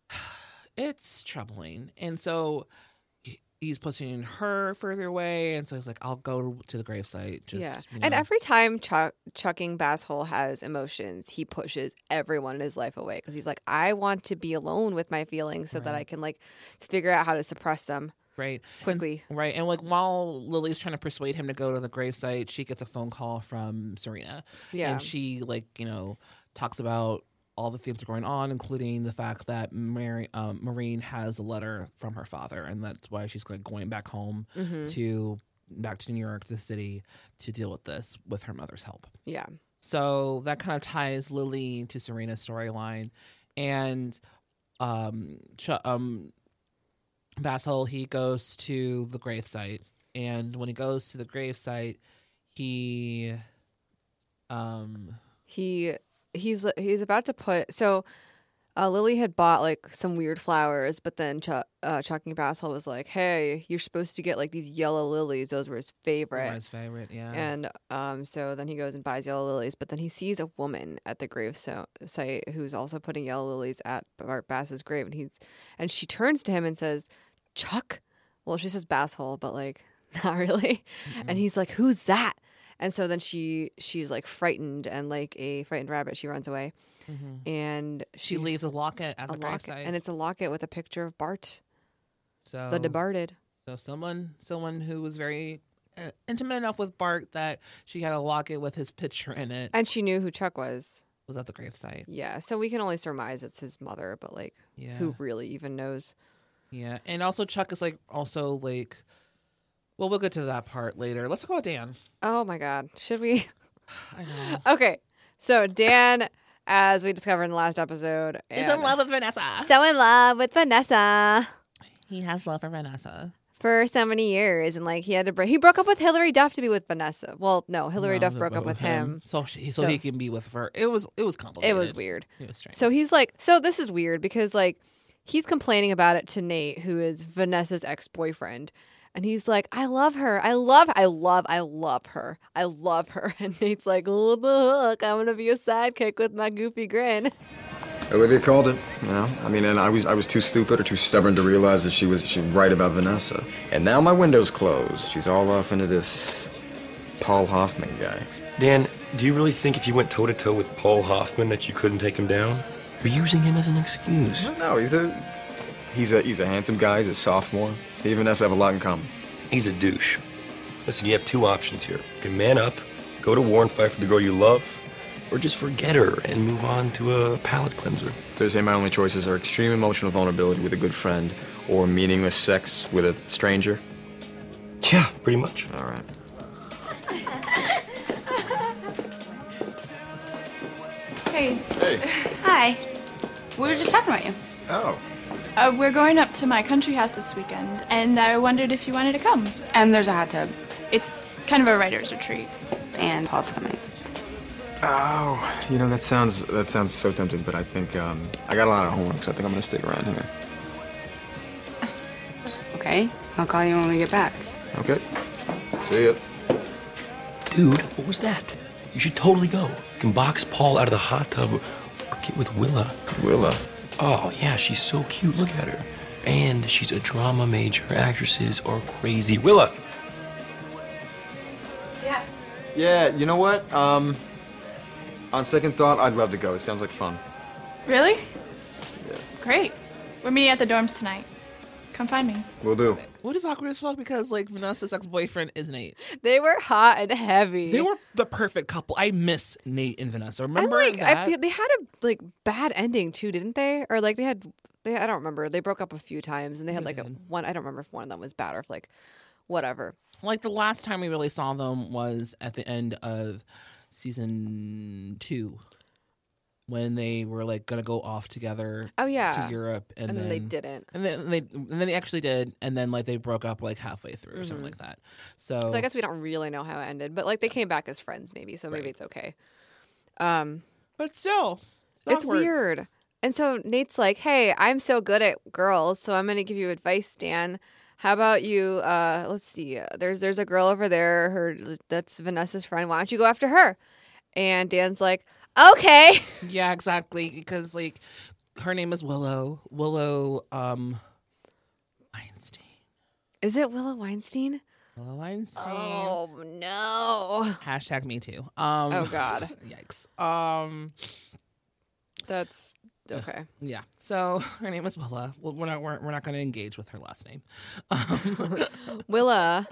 <sighs> it's troubling, and so he- he's pushing her further away, and so he's like, I'll go to the gravesite. Just yeah. you And know. every time Chuck, Chucking Basshole has emotions, he pushes everyone in his life away because he's like, I want to be alone with my feelings so that I can like figure out how to suppress them right. quickly. Right. And like while Lily's trying to persuade him to go to the gravesite, she gets a phone call from Serena. Yeah. And she like, you know, talks about all the things that are going on, including the fact that Mary um, Maureen has a letter from her father and that's why she's like going back home Mm-hmm. to back to New York, to the city, to deal with this with her mother's help. yeah. So that kind of ties Lily to Serena's storyline, and um, Ch- um, Basil he goes to the gravesite, and when he goes to the gravesite, he um He he's he's about to put so. Uh, Lily had bought like some weird flowers, but then Ch- uh, Chucking Basshole was like, "Hey, you're supposed to get like these yellow lilies. Those were his favorite." or his favorite, yeah, And um, so then he goes and buys yellow lilies, but then he sees a woman at the grave so- site who's also putting yellow lilies at Bart Bass's grave, and he's and she turns to him and says, "Chuck." Well, she says Basshole, but like <laughs> not really. Mm-hmm. And he's like, "Who's that?" And so then she she's like frightened and like a frightened rabbit, she runs away, and Mm-hmm. she she, leaves a locket at a the locket, gravesite, Oh. and it's a locket with a picture of Bart, so the departed. so someone someone who was very uh, intimate enough with Bart that she had a locket with his picture in it And she knew who Chuck was. was at the gravesite, Yeah, so we can only surmise it's his mother, but like, yeah. who really even knows? Yeah, and also Chuck is like also like, well, we'll get to that part later. Let's talk about Dan. Oh my God. Should we? <laughs> I know. Okay. So, Dan, as we discovered in the last episode, He's and- in love with Vanessa. So in love with Vanessa He has love for Vanessa. for so many years. And like, he had to break, he broke up with Hillary Duff to be with Vanessa. Well, no, Hillary Duff broke up with him. so she, so, So- he can be with her. It was it was It complicated. was weird. It was strange. So he's like, so this is weird because like he's complaining about it to Nate, who is Vanessa's ex boyfriend. And he's like, I love her. I love, I love, I love her. I love her. <laughs> And Nate's like, look, I'm going to be a sidekick with my goofy grin. <laughs> Olivia called it, you know? I mean, and I was I was too stupid or too stubborn to realize that she was she was right about Vanessa. And now my window's closed. She's all off into this Paul Hoffman guy. Dan, do you really think if you went toe to toe with Paul Hoffman that you couldn't take him down? You're using him as an excuse. No, he's a he's a he's a handsome guy, he's a sophomore. He and Vanessa have a lot in common. He's a douche. Listen, you have two options here. You can man up, Go to war and fight for the girl you love, or just forget her and move on to a palate cleanser. Thursday, my only choices are extreme emotional vulnerability with a good friend or meaningless sex with a stranger. Yeah, pretty much. All right. Hey. Hey. Hi. We were just talking about you. Oh. Uh, we're going up to my country house this weekend, and I wondered if you wanted to come. And there's a hot tub. It's kind of a writer's retreat, and Paul's coming. Oh, you know that sounds that sounds so tempting, but I think um, I got a lot of homework, so I think I'm gonna stick around here. Okay. I'll call you when we get back. Okay. See ya. Dude, what was that? You should totally go. You can box Paul out of the hot tub or get with Willa. Willa. Oh, yeah, she's so cute. Look at her. And she's a drama major. Actresses are crazy. Willa! Yeah. Yeah. You know what? Um, on second thought, I'd love to go. It sounds like fun. Really? Great. We're meeting at the dorms tonight. Come find me. We'll do. What is awkward as fuck because like Vanessa's ex boyfriend is Nate. They were hot and heavy. They were the perfect couple. I miss Nate and Vanessa. And Remember like that? I feel they had a like bad ending too, didn't they? Or like they had they I don't remember. They broke up a few times and they had like a, one I don't remember if one of them was bad or if like whatever. like the last time we really saw them was at the end of season two when they were like gonna go off together Oh yeah. to Europe and, and then, then they didn't. And then they and then they actually did and then like they broke up like halfway through or something like that. So, So I guess we don't really know how it ended, but like they came back as friends maybe, so maybe it's okay. Um but still It's awkward. weird. And so Nate's like, "Hey, I'm so good at girls, so I'm going to give you advice, Dan. How about you? Uh, let's see. uh, There's there's a girl over there. Her that's Vanessa's friend. Why don't you go after her?" And Dan's like, "Okay." <laughs> Yeah, exactly. Because like her name is Willow. Willow um Weinstein. Is it Willow Weinstein? Willow Weinstein. Oh no, Hashtag me too. Um Oh, <laughs> God. Yikes. Um that's okay. Yeah. So <laughs> her name is Willa. Well, we're not we're, we're not going to engage with her last name. Um, Willa,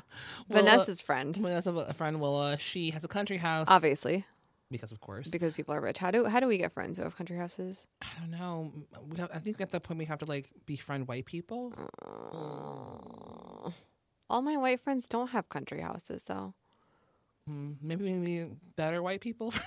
Vanessa's friend, Vanessa, a friend Willa, she has a country house. obviously, Because of course. because people are rich. How do how do we get friends who have country houses? I don't know. We have, I think at that point we have to like befriend white people. Uh, all my white friends don't have country houses, though. Mm, Maybe we need better white people. <laughs>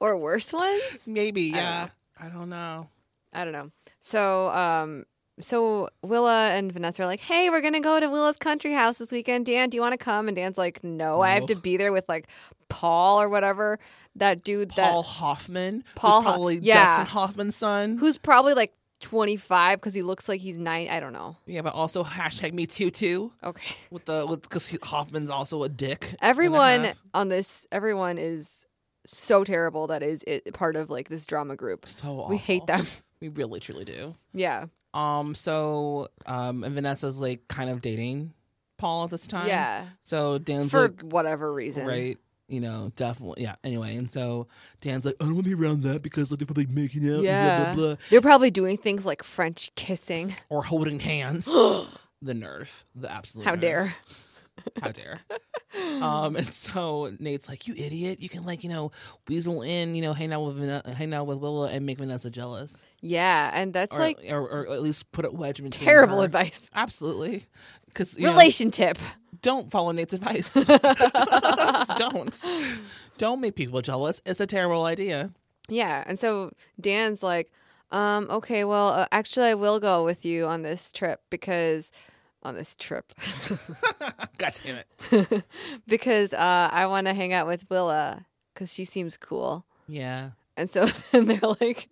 or <laughs> worse ones. Maybe. Yeah. I don't know. I don't know. So, um, so Willa and Vanessa are like, "Hey, we're gonna go to Willa's country house this weekend. Dan, do you want to come?" And Dan's like, "No, I have No. to be there with like Paul or whatever that dude Paul that Hoffman. who's Paul Ho- probably yeah. Dustin Hoffman's son. who's probably like 25 because he looks like he's nine. I don't know. yeah, but also hashtag me too too Okay, <laughs> with the with because Hoffman's also a dick. and a everyone half. on this, everyone is so terrible that is it, part of like this drama group. So We hate awful. them. <laughs> We really truly do. Yeah, Um, so um, and Vanessa's like kind of dating Paul at this time. yeah, So Dan's for like, whatever reason. right, you know, definitely, yeah. Anyway, and so Dan's like, I don't want to be around that because like they're probably making out, and Yeah, blah blah blah, they're probably doing things like French kissing. or holding <gasps> hands. the nerve, the absolute. How nerve. dare. <laughs> How dare. um, and so Nate's like, you idiot, you can like, you know, weasel in, you know, hang out with Van- hang out with Willa and make Vanessa jealous, Yeah, and that's or, like or, or at least put a wedge between terrible her. advice. Absolutely, because Relationship. don't follow <laughs> Nate's advice. <laughs> Just don't. Don't make people jealous. It's a terrible <laughs> idea. <laughs> Yeah, and so Dan's like, um, okay, well, uh, actually, I will go with you on this trip because on this trip <laughs> God damn it. because uh, I want to hang out with Willa because she seems cool. Yeah. And so <laughs> then they're like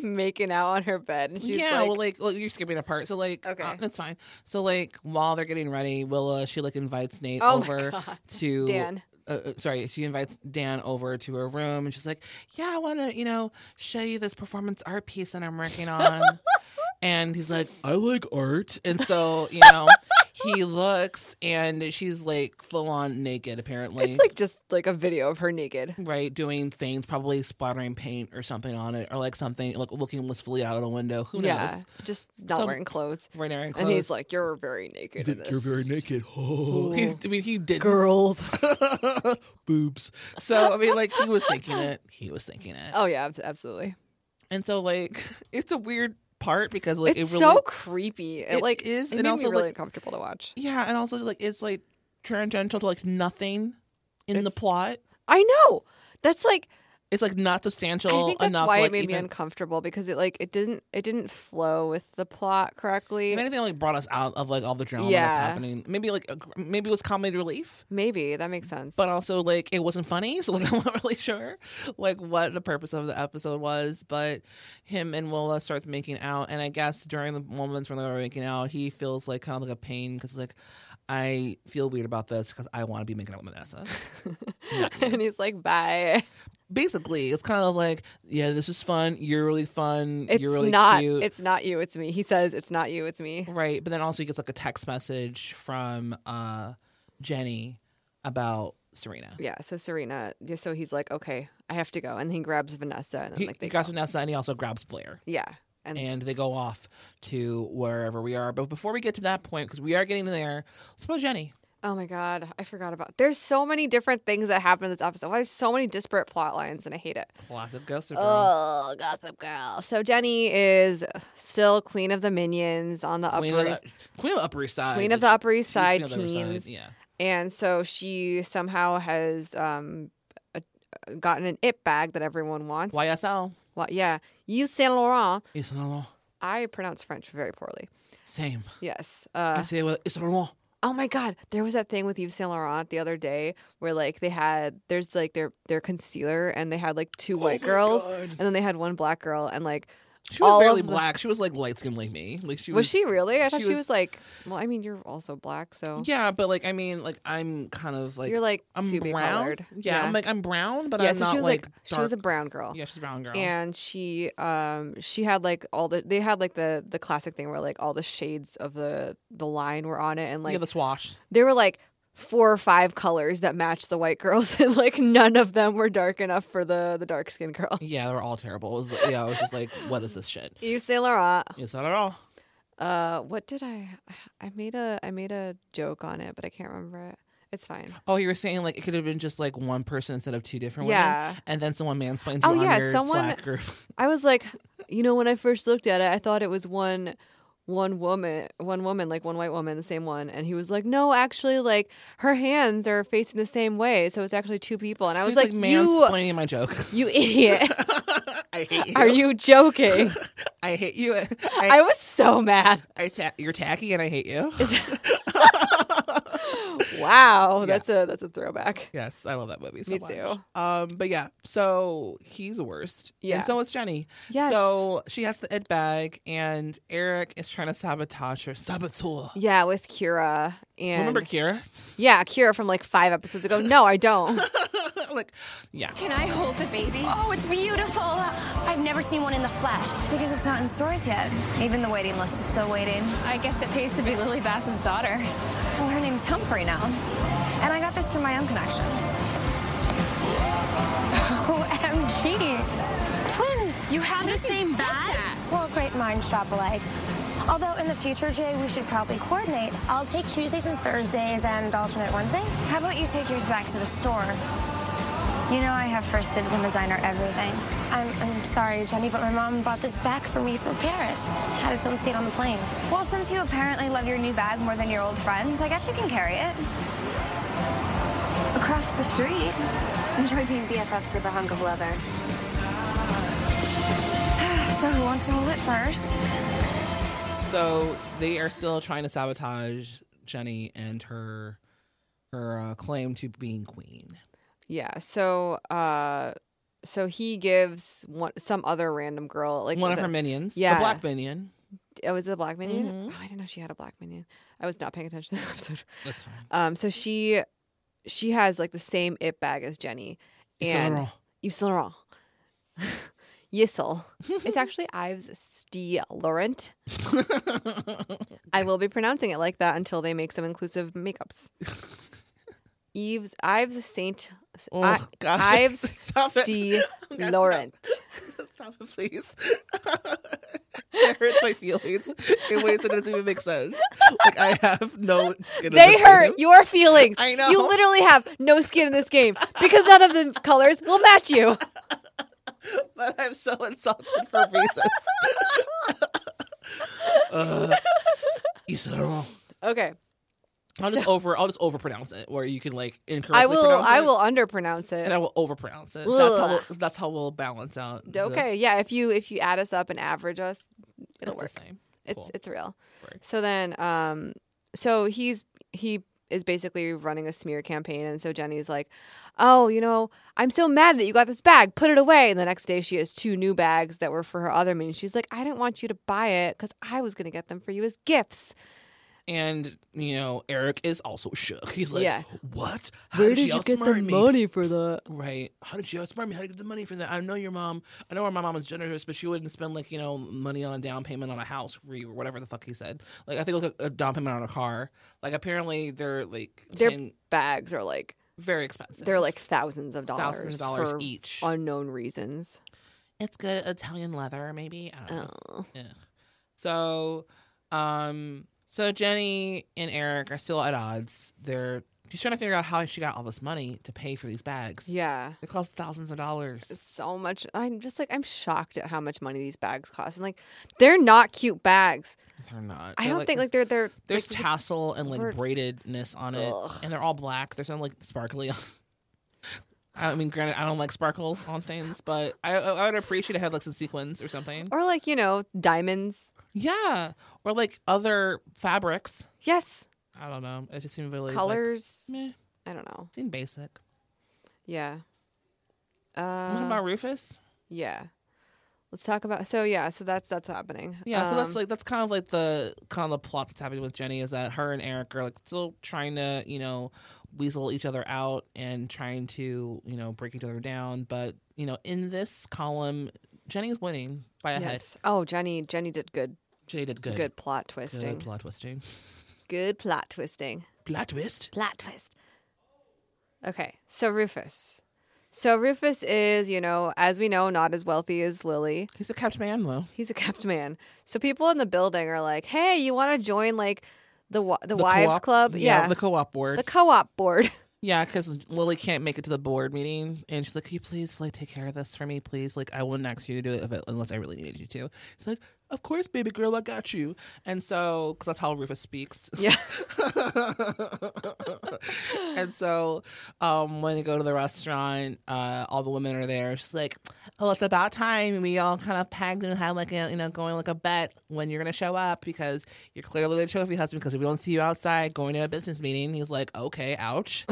making out on her bed, and she's yeah, like, well, like, well, you're skipping a part, so like, Okay. okay, that's fine. So like, while they're getting ready, Willa she like invites Nate Oh my over to Dan. Uh, uh, sorry, she invites Dan over to her room, and she's like, "Yeah, I want to, you know, show you this performance <laughs> art piece that I'm working on." and he's like, "I like art," and so you know, he looks and she's like full on naked apparently. It's like just like a video of her naked. right doing things, probably splattering paint or something on it or like something like looking wistfully out of the window. Who yeah, knows? just not Some- wearing clothes. Right now, And he's like, "You're very naked in this. naked. He, I mean, he did girls, <laughs> boobs. So I mean, like he was thinking it. He was thinking it. Oh yeah, ab- absolutely. And so like <laughs> it's a weird part because like it's it really so creepy. It, it like is, is. It and made also, me really like- uncomfortable to watch. yeah, and also like it's like tangential to like nothing in the It's- plot. I know. That's like It's like not substantial I think that's enough. why to, like, it made me even- uncomfortable because it like it didn't it didn't flow with the plot correctly. If anything, like brought us out of like all the drama that's Yeah. happening. Maybe like a- maybe it was comedy relief. Maybe that makes sense. <laughs> but uh, also like it wasn't funny <laughs> so like i'm not really sure like what the purpose of the episode was but him and willa starts making out and i guess during the moments when they're making out he feels like kind of like a pain because like i feel weird about this because i want to be making out <laughs> with vanessa and he's like, "Bye." basically it's kind of like yeah this is fun you're really fun It's you're really not. cute It's not you. It's me. He says, "It's not you. It's me." right but then also he gets like a text message from uh jenny about serena Yeah. So Serena. yeah, So he's like, "Okay, I have to go," and he grabs Vanessa, and then he, like he they grabs go. vanessa and he also grabs blair Yeah. And, and they go off to wherever we are. But before we get to that point, because we are getting there, let's about Jenny. oh my god, I forgot about. There's so many different things that happen in this episode. There's so many disparate plot lines, and I hate it. Classic Ghost Girl. Oh, Gossip Girl. So Jenny is still queen of the minions on the Queen, upper, of the, Queen of the Upper East Side. Queen of the Upper East She used to Side be on the Upper teens. Yeah. and so she somehow has um, a, gotten an it bag that everyone wants. YSL. Well, yeah, Yves Saint Laurent. It's normal. I pronounce French very poorly. Same. Yes. I Uh, say well, it's normal. oh my God, there was that thing with Yves Saint Laurent the other day where like they had there's like their their concealer and they had like two Oh white girls and then they had one black girl and like She was all barely of the- black. She was like light skinned like me. Like she was, was, she really? I thought she she was- was, like. Well, I mean, you're also black, so Yeah, but like I mean, like I'm kind of like you're like I'm Subi brown. colored. Yeah, I'm like I'm brown, but yeah. I'm so not she was like, like, she was a dark. brown girl. Yeah, she's a brown girl. And she, um, she had like all the they had like the the classic thing where like all the shades of the the line were on it, and like yeah, the swash. there were like four or five colors that matched the white girls, <laughs> and like none of them were dark enough for the the dark skinned girl. Yeah, they were all terrible. It was like, yeah, I was just like, what is this shit? <laughs> You say Laurent. It's not at all. Uh, what did I? I made a I made a joke on it, but I can't remember it. It's fine. Oh, you were saying like it could have been just like one person instead of two different Yeah. women, and then someone mansplained Oh, you yeah, on your someone- Slack group. I was like, you know, when I first looked at it, I thought it was one one woman one woman like one white woman the same one and he was like no actually like her hands are facing the same way so it's actually two people and <laughs> i She was like, you mansplaining my joke. you idiot <laughs> I <laughs> hate you. are you <laughs> joking I <laughs> hate you. I, i was so mad I ta- you're tacky, and I hate you. wow that's a that's a throwback <laughs> yes, I love that movie so Me much. too. Um, but yeah, so he's the worst. Yeah. and so is Jenny. Yes. So she has the ed bag, and Eric is trying to sabotage her. Saboteur. yeah with kira and Remember Kira? <laughs> yeah kira from like five episodes ago no i <laughs> don't like, yeah. Can I hold the baby? Oh, it's beautiful. I've never seen one in the flesh. Because it's not in stores yet. Even the waiting list is still waiting. I guess it pays to be Lily Bass's daughter. Well, her name's Humphrey now. And I got this through my own connections. <laughs> OMG. Twins. You have the same bag? Well, great minds shop alike. Although in the future, Jay, we should probably coordinate. I'll take Tuesdays and Thursdays and alternate Wednesdays. How about you take yours back to the store? You know I have first dibs on designer everything. I'm, I'm sorry, Jenny, but my mom bought this back for me from Paris. Had its own seat on the plane. Well, since you apparently love your new bag more than your old friends, I guess you can carry it. Across the street. Enjoy being BFFs with a hunk of leather. <sighs> so who wants to hold it first? So they are still trying to sabotage Jenny and her her uh, claim to being queen. Yeah. So, uh, so he gives one some other random girl like One of the- her minions, yeah. the black minion. Oh, was it a black minion? Oh, I didn't know she had a black minion. I was not paying attention to this <laughs> episode. That's fine. Um, so she, she has like the same it bag as Jenny Yves Saint and Laurent. <laughs> Yves Saint Laurent. Yissel. It's <laughs> actually Ives St. Laurent. I will be pronouncing it like that until they make some inclusive <laughs> makeups. Eves Ives Saint Oh, I- gosh. Ives <laughs> <laughs> Stop it. St. <laughs> That's not- Laurent. <laughs> Stop it, please. <laughs> it hurts my feelings in ways that doesn't even make sense. Like I have no skin. in They this hurt game. your feelings. I know. You literally have no skin in this game because none of <laughs> the colors will match you. but I'm so insulted for reasons. <laughs> uh, Isaro. Okay. I'll just So- over. I'll just overpronounce it, where you can like incorrectly. I will pronounce I it, will underpronounce it. and I will overpronounce it. That's how, Ugh. we'll, that's how we'll balance out. the- Okay, yeah. If you if you add us up and average us, it'll It's the work. same. It's Cool. it's real. Work. So then, um, so he's he is basically running a smear campaign, and so Jenny's like, "Oh, you know, I'm so mad that you got this bag. Put it away." And the next day, she has two new bags that were for her other means. She's like, "I didn't want you to buy it because I was gonna get them for you as gifts." And you know, Eric is also shook. He's like, Yeah. "What? How Where did, did she you get the outsmart me? money for that? Right? How did you outsmart me? How did you get the money for that? I know your mom. I know my mom was generous, but she wouldn't spend like you know money on a down payment on a house for you or whatever the fuck he said. Like I think it was a, a down payment on a car. Like apparently they're like Their ten- bags are like very expensive. they're like thousands of dollars, Thousands of dollars for each. unknown reasons. It's good Italian leather, maybe. I don't know. Oh. Yeah. So, um, so Jenny and Eric are still at odds. They're she's trying to figure out how she got all this money to pay for these bags. Yeah. It costs thousands of dollars. so much. I'm just like I'm shocked at how much money these bags cost, and like they're not cute bags. They're not. I They're, don't think like they're they're there's like, tassel and like word- braidedness on it, Ugh. and they're all black. There's some like sparkly. <laughs> I mean, granted, I don't like sparkles on things, but I I would appreciate it had like some sequins <laughs> or something. or like you know diamonds. Yeah, or like other fabrics. Yes, I don't know. It just seemed really like, colors. meh. I don't know. seemed basic. Yeah. what Uh, about Rufus? yeah. Let's talk about. So yeah. So that's that's happening. Yeah, so Um, that's like that's kind of like the kind of the plot that's happening with Jenny is that her and Eric are like still trying to you know weasel each other out and trying to you know break each other down, but you know in this column Jenny is winning by a head. yes. Oh, Jenny. Jenny did good. Jenny did good. Good, plot Good twisting. Good, plot twisting. plot twisting. Plot twist. Plot twist. Okay. So Rufus. So Rufus is, you know, as we know, not as wealthy as Lily. He's a kept man though. He's a <laughs> kept man. So people in the building are like, "Hey, you want to join like the wa- the, wives co-op- club? Yeah, the co-op board. the co-op board." <laughs> Yeah, because Lily can't make it to the board meeting, and she's like, "Can you please like take care of this for me, please? Like, I wouldn't ask you to do it if it, unless I really needed you to." It's like, "Of course, baby girl, I got you." And so, because that's how Rufus speaks. Yeah. <laughs> and so, um, when they go to the restaurant, uh, all the women are there. She's like, "Oh, it's about time we all kind of pegged and had like a you know going like a bet when you're gonna show up because you're clearly the trophy husband because if we don't see you outside going to a business meeting, he's like, okay, ouch."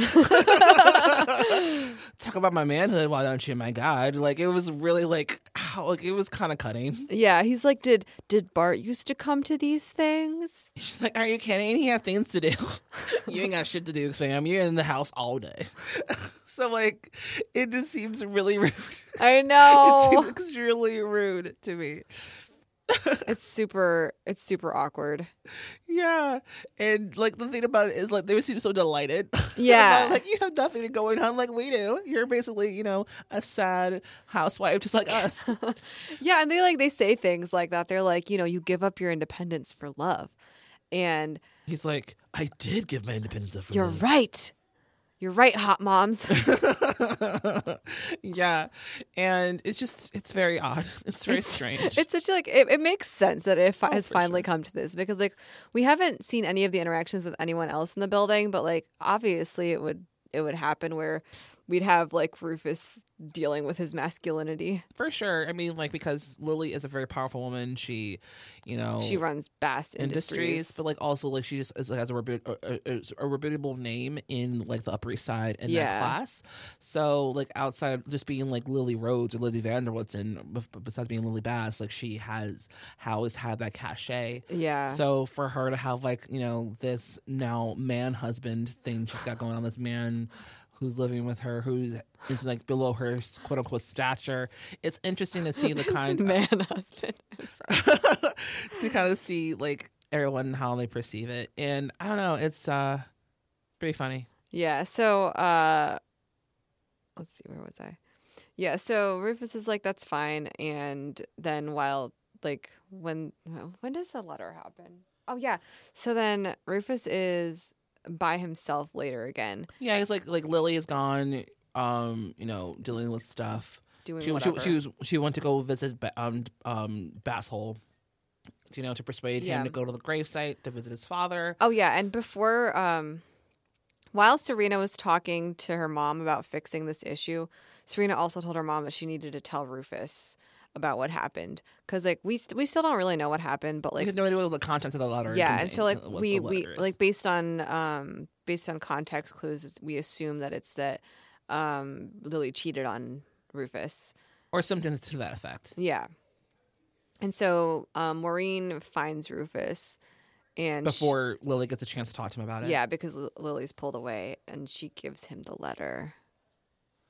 talk about my manhood why don't you my god like it was really like how like it was kind of cutting <laughs> yeah, he's like, "Did did Bart used to come to these things?" she's like are you kidding he had things to do <laughs> you ain't got shit to do fam you're in the house all day <laughs> so like it just seems really <laughs> rude I it know. seems extremely rude to me <laughs> it's super it's super awkward. yeah and like the thing about it is like they would seem so delighted <laughs> Yeah. About, like you have nothing going on like we do you're basically you know a sad housewife just <laughs> like us Yeah, and they like they say things like that. They're like, "You know, you give up your independence for love." And he's like i did give my independence up for you're love." right. You're right, hot moms. <laughs> yeah and it's just it's very odd <laughs> it's very strange It's such a, like it, it makes sense that Oh, it fi- has finally come to this because like we haven't seen any of the interactions with anyone else in the building, but like obviously it would it would happen where we'd have like Rufus dealing with his masculinity. for sure i mean like because lily is a very powerful woman she you know She runs Bass Industries, but like also like she just is, like, has a, reput- a, a, a reputable name in like the upper east side in that Yeah. class so like outside of just being like lily rhodes or lily vanderwoodson bef- besides being lily bass like she has how has had that cachet yeah, So for her to have like you know this now man husband thing she's got going on, this man who's who's living with her, who's is like below her quote unquote stature. It's interesting to <laughs> see the kind of man husband. <laughs> <laughs> to kind of see like everyone and how they perceive it. And I don't know, it's uh pretty funny. Yeah. So uh let's see, where was I? Yeah. So Rufus is like, "That's fine," and then while like when when does the letter happen? Oh yeah. So then Rufus is by himself later again. Yeah, it's like like Lily is gone, um, you know, dealing with stuff. Doing she, she, whatever. she was she went to go visit Ba- um um Bass Hole, you know, to persuade Yeah. him to go to the gravesite to visit his father. Oh yeah, and before um while Serena was talking to her mom about fixing this issue, Serena also told her mom that she needed to tell Rufus about what happened cuz like we st- we still don't really know what happened, but you like have no idea what the contents of the letter. yeah, and contain, so like uh, what we the we letter is. like based on um based on context clues, it's- we assume that it's that um Lily cheated on Rufus. or something to that effect. Yeah. And so um, Maureen finds Rufus and she- Before Lily gets a chance to talk to him about it. yeah, because L- Lily's pulled away and she gives him the letter.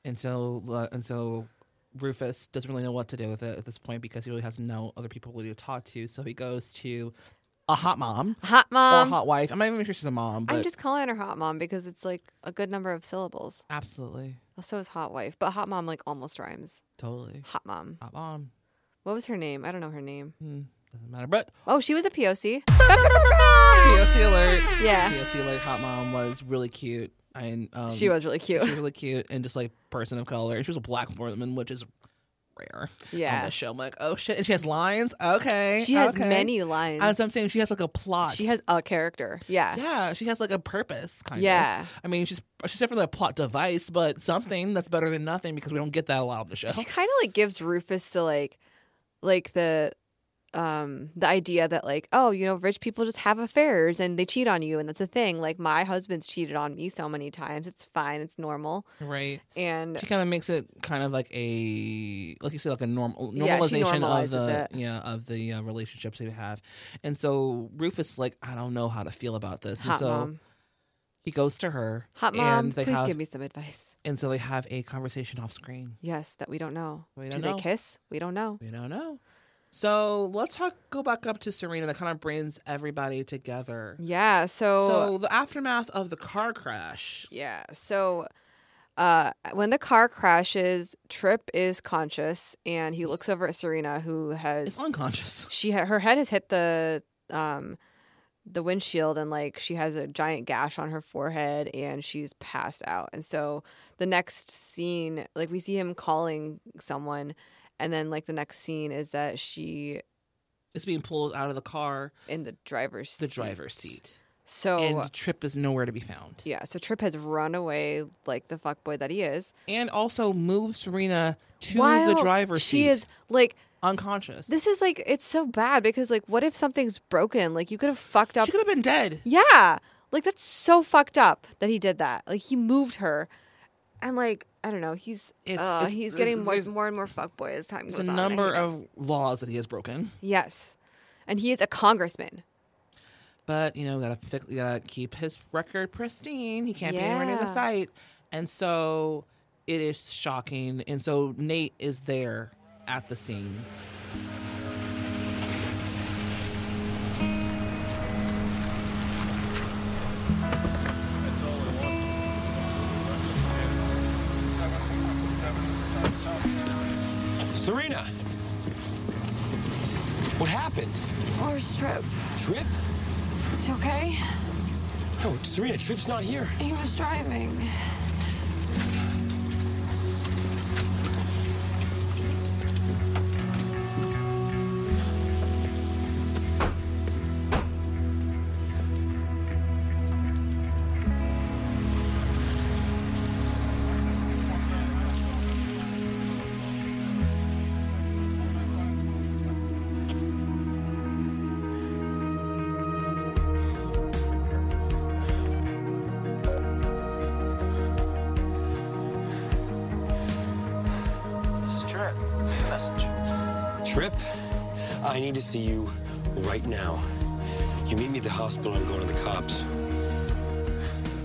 And so Le- and so Rufus doesn't really know what to do with it at this point because he really has no other people really to talk to. So he goes to a hot mom, Hot or mom. a hot wife. I'm not even sure she's a mom, but Um, I'm just calling her hot mom because it's like a good number of syllables. absolutely, So is hot wife, but hot mom like almost rhymes. totally Hot mom. hot mom. What was her name? I don't know her name. Mm. Doesn't matter. But Oh, she was a POC. POC alert. Yeah. POC alert. Hot mom was really cute. And um, She was really cute. She was really cute and just like person of color. And she was a black woman, which is rare. Yeah. On the show, I'm like, oh shit. And she has lines. Okay. She has Oh, okay. many lines. That's what I'm saying. She has like a plot. She has a character. Yeah. Yeah, she has like a purpose, kind of. Yeah. I mean, she's she's definitely a plot device, but something that's better than nothing because we don't get that a lot on <laughs> the show. She kind of like gives Rufus the like, like the, um, the idea that like, oh, you know, rich people just have affairs and they cheat on you and that's a thing. Like my husband's cheated on me so many times. It's fine. It's normal. Right. And She kind of makes it kind of like a like you said like a normal Yeah, she normalization of the normalizes it. yeah of the uh, relationships they have, and so Rufus like I don't know how to feel about this, and Hot so mom. he goes to her. hot mom, and they please have, give me some advice. And so they have a conversation off screen. Yes, that we don't know. We don't Do know. they kiss? We don't know. We don't know. So let's talk, go back up to Serena. That kind of brings everybody together. Yeah. So. So the aftermath of the car crash. Yeah. So uh, when the car crashes, Trip is conscious and he looks over at Serena, who has It's unconscious. she ha- her head has hit the um the windshield and like she has a giant gash on her forehead and she's passed out. And so the next scene, like we see him calling someone, and then like the next scene is that she It's being pulled out of the car, in the driver's the seat. driver's seat, So and Trip is nowhere to be found. yeah, so Trip has run away like the fuckboy that he is. And also move Serena to While the driver's seat. She is like unconscious. this is like it's so bad because like what if something's broken? Like you could have fucked up. she could have been dead. yeah, like that's so fucked up that he did that. Like he moved her, and like I don't know, he's It's- uh, it's- he's getting more, there's- more and more fuckboy as time goes There's a on. I number hate it. of laws that he has broken, yes, and he is a congressman. but you know, gotta, fix, gotta keep his record pristine. He can't be anywhere near the Yeah. site, and so it is shocking. And so Nate is there at the scene. Serena! What happened? Where's Trip? Trip? It's okay? No, Serena, Trip's not here. He was driving. This is Trip. Message. Trip, I need to see you right now. You meet me at the hospital, I'm going to the cops.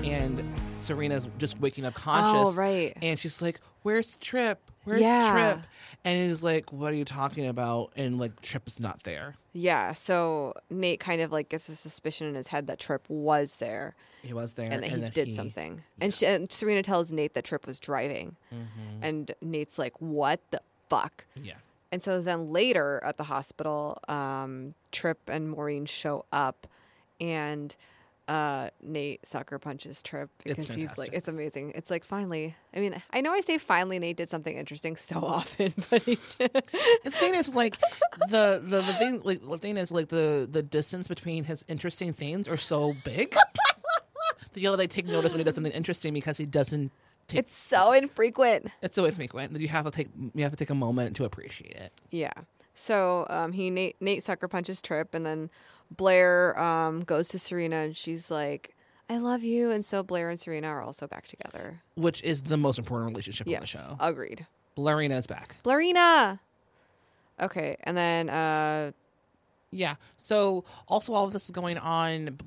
And Serena's just waking up conscious. Oh, right. And she's like, Where's Trip? Where's Yeah. Trip? And he's like, What are you talking about? And like, Trip is not there. Yeah, so Nate kind of like gets a suspicion in his head that Trip was there. He was there, and that he and that did he- something. And, she, and Serena tells Nate that Trip was driving, Mhm. and Nate's like, "What the fuck?" Yeah. And so then later at the hospital, um, Trip and Maureen show up, and uh, Nate sucker punches Trip It's because he's like, fantastic. it's amazing. It's like finally. I mean, I know I say finally Nate did something interesting so <laughs> often, but he did. the thing is like the, the the thing like the thing is like the the distance between his interesting things are so big that you'll like take notice when he does something interesting because he doesn't take it's so infrequent. it's so infrequent that you have to take you have to take a moment to appreciate it. Yeah. So um, he Nate, Nate sucker punches Trip, and then Blair um, goes to Serena, and she's like, "I love you." And so Blair and Serena are also back together. Which is the most important relationship on the Yes, show. agreed. Blarina is back. Blarina. Okay, and then uh, Yeah. So also all of this is going on. b-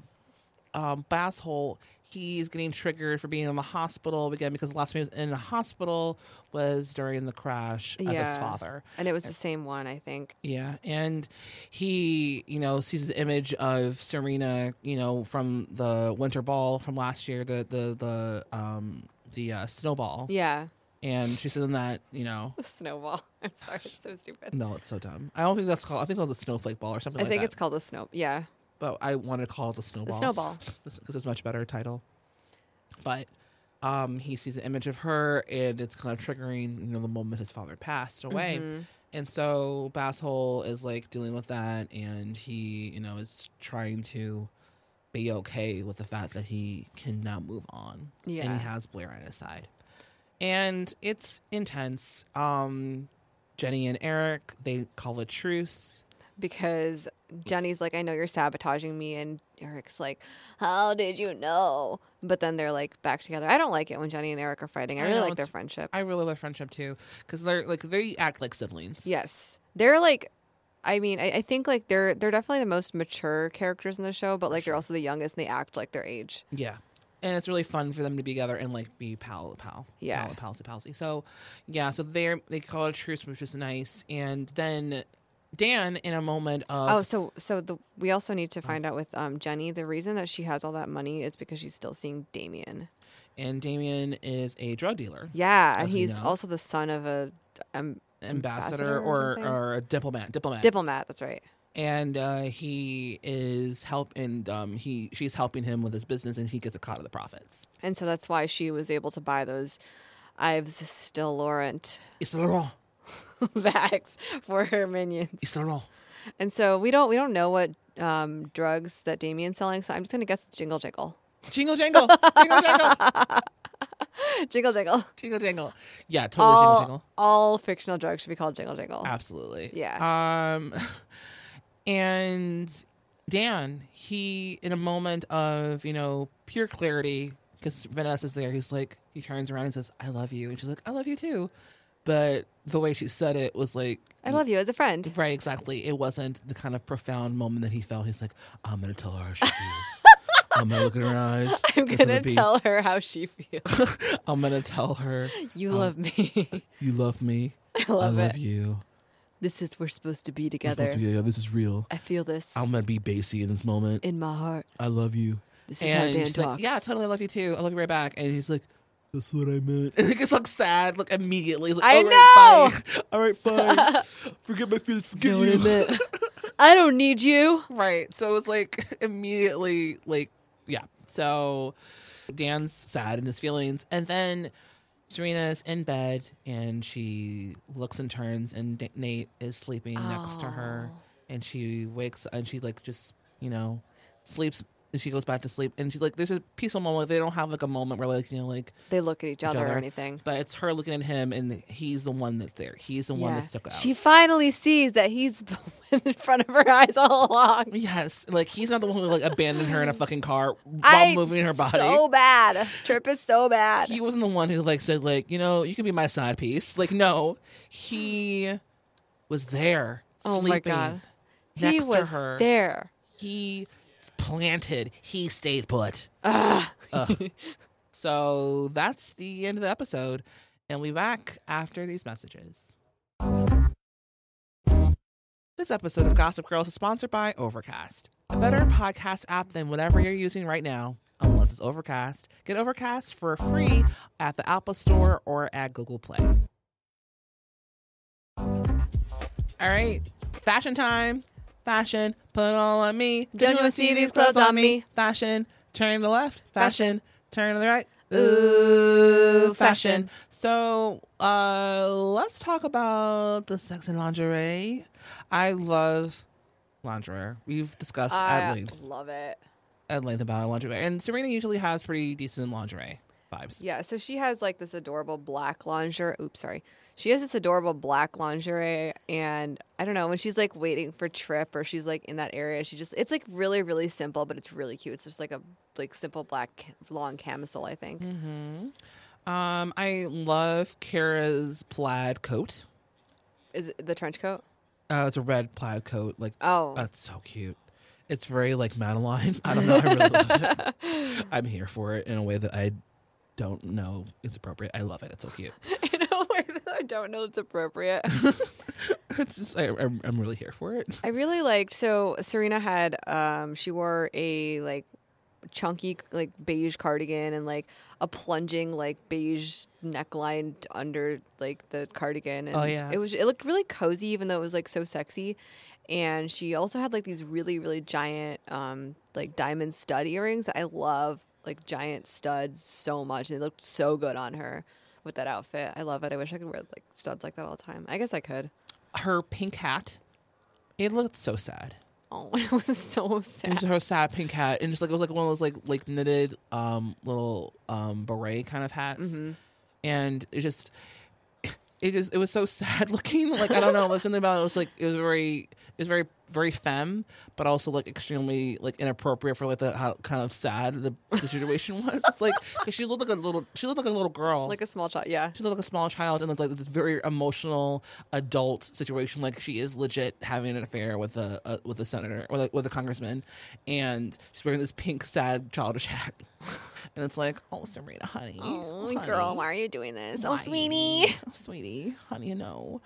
Um, Basshole, he's getting triggered for being in the hospital again because the last time he was in the hospital was during the crash of his yeah, father. and it was the same one, I think. Yeah, and he, you know, sees the image of Serena, you know, from the Winter Ball from last year, the the the um the uh, snowball. Yeah. and she's in that, you <laughs> know. The snowball. I'm sorry, it's so stupid. No, it's so dumb. I don't think that's called. I think it's called the snowflake ball or something. I like think that. it's called a snow. Yeah. but I wanted to call it the snowball. snowball. because <laughs> it's a much better title. But um, he sees the image of her, and it's kind of triggering, you know, the moment his father passed away. Mhm. And so Basshole is like dealing with that, and he, you know, is trying to be okay with the fact that he cannot move on. and Yeah. he has Blair on his side, and it's intense. Um, Jenny and Eric they call a truce. Because Jenny's like, I know you're sabotaging me, and Eric's like, How did you know? But then they're like back together. I don't like it when Jenny and Eric are fighting. I really know like their it's- friendship. I really love their friendship too, because they're like they act like siblings. Yes, they're like, I mean, I, I think like they're they're definitely the most mature characters in the show, but like they're also the youngest and they act like their age. Yeah. And it's really fun for them to be together and like be pal to pal. Yeah. Pal to palsy palsy. So yeah, so they're they call it a truce, which is nice. And then Dan in a moment of Oh, so so the we also need to find out with um Jenny the reason that she has all that money is because she's still seeing Damien. and Damien is a drug dealer. Yeah, and as we he's know. also the son of a um, ambassador, or, something? or a diplomat. Diplomat. diplomat. That's right. and uh, he is help and um, he she's helping him with his business and he gets a cut of the profits. And so that's why she was able to buy those Ives Still Laurent <laughs> It's Laurent. bags for her minions. It's Laurent. And so we don't we don't know what um, drugs that Damien's selling, so I'm just gonna guess it's jingle jingle. <laughs> Jingle jangle. Jingle jangle. jingle jangle. Uh, Jingle jangle. Yeah, totally all, jingle jangle. all fictional drugs should be called jingle jingle. Absolutely. Yeah. Um <laughs> and Dan, he in a moment of, you know, pure clarity, because Vanessa's there, he's like he turns around and says, I love you. And she's like, I love you too. But the way she said it was like I love you as a friend. <laughs> Right, exactly. It wasn't the kind of profound moment that he felt. He's like, I'm gonna tell her how <laughs> she feels. I'm gonna look in her eyes. I'm It's gonna be- tell her how she feels. I'm gonna <laughs> tell her you um, love me. <laughs> You love me. I love I love it. you. This is we're supposed to be We're together. supposed to be together. This is real. I feel this I'm gonna be bassy in this moment. in my heart. I love you. This is how Dan she's like, talks. yeah, totally love you too. I love you right back. And he's like, that's what I meant. And he gets <laughs> like sad, like immediately. He's like, I "All right, bye. <laughs> All right, <laughs> fine. Forget my feelings. Forget what I <laughs> you. meant. I don't need you. Right. So it's like <laughs> immediately, like, yeah. So Dan's sad in his feelings. And then Serena's in bed and she looks and turns, and D- Nate is sleeping next to her. Oh. And she wakes and she, like, just, you know, sleeps. and She goes back to sleep, and she's like, "There's a peaceful moment. They don't have like a moment where like you know like They look at each other or anything. But it's her looking at him, and he's the one that's there. He's the one Yeah. that stuck out. She finally sees that he's <laughs> been in front of her eyes all along. <laughs> Yes, like he's not the one who like abandoned her <sighs> in a fucking car while I- moving her body. So bad. Trip is so bad. he wasn't the one who like said like you know you can be my side piece. Like no, he was there. Oh my sleeping God. He next to was her. there. He planted. He stayed put. Ugh. Ugh. <laughs> So that's the end of the episode. And we'll be back after these messages. This episode of Gossip Girls is sponsored by Overcast, a better podcast app than whatever you're using right now, unless it's Overcast. Get Overcast for free at the Apple Store or at Google Play. All right, fashion time. Fashion, put it all on me. Don't you wanna see these clothes on me? Fashion, turn to the left. Fashion, turn to the right. Ooh, fashion. So uh, let's talk about the sex and lingerie. I love lingerie. We've discussed at I length, love it. at length about lingerie, and Serena usually has pretty decent lingerie vibes. Yeah, so she has like this adorable black lingerie. Oops, sorry. She has this adorable black lingerie, and I don't know when she's like waiting for Trip or she's like in that area. She just it's like really really simple, but it's really cute. It's just like a like simple black ca- long camisole, I think. Mm-hmm. Um, I love Kara's plaid coat. Is it the trench coat? Uh, it's a red plaid coat. Like, Oh. that's so cute. It's very like Madeline. <laughs> I don't know. I really love <laughs> it. I'm here for it in a way that I don't know is appropriate. I love it. It's so cute. <laughs> In a way that <laughs> I don't know it's appropriate. It's just I, I'm, I'm really here for it. I really liked so Serena had um she wore a like chunky like beige cardigan and like a plunging like beige neckline under like the cardigan and Oh, yeah. it was it looked really cozy even though it was like so sexy and she also had like these really really giant um like diamond stud earrings I love like giant studs so much they looked so good on her with that outfit I love it I wish I could wear like studs like that all the time I guess I could Her pink hat. It looked so sad. Oh, <laughs> it was so It sad. was her sad pink hat, and just like it was like one of those like like knitted um little um beret kind of hats, Mhm. and it just it just it was so <laughs> sad looking. Like I don't know, there's something about it, it was like it was very it was very very femme, but also like extremely like inappropriate for like the how kind of sad the situation <laughs> was. It's like 'cause she looked like a little she looked like a little girl, like a small child. Yeah, she looked like a small child, and looked like this very emotional adult situation. Like she is legit having an affair with a, a with a senator or like with a congressman, and she's wearing this pink, sad, childish hat. <laughs> And it's like, oh, Serena, honey, Oh, honey. girl, why are you doing this? Oh, Why? sweetie. Oh, sweetie, honey, no.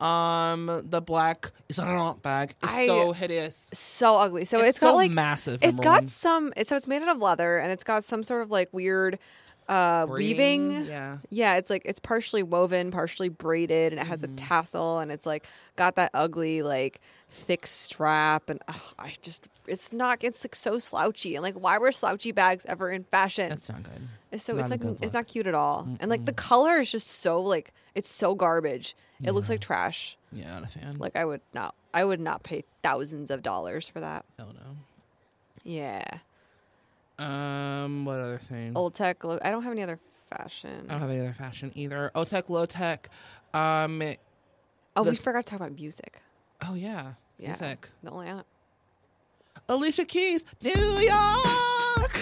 Um, the black is bag is I- so hideous. So ugly. So It's it's got so like massive, It's number got one. some. It, so it's made out of leather, and it's got some sort of like weird uh weaving. Braiding, yeah. Yeah. It's like it's partially woven, partially braided, and it Mm-hmm. has a tassel, and it's like got that ugly like thick strap, and ugh, I just it's not. It's like so slouchy, and like why were slouchy bags ever in fashion? That's not good. It's so Not it's a like good it's not cute at all, and like the color is just so like it's so garbage. It looks like trash. Yeah, not a fan. Like I would not, I would not pay thousands of dollars for that. Hell no. Yeah, Mm. Um, what other thing? old tech. Look, I don't have any other fashion. I don't have any other fashion either. O tech, low tech. Um, oh, we this- forgot to talk about music. Oh yeah, Yeah, music. The only out. Alicia Keys, New York.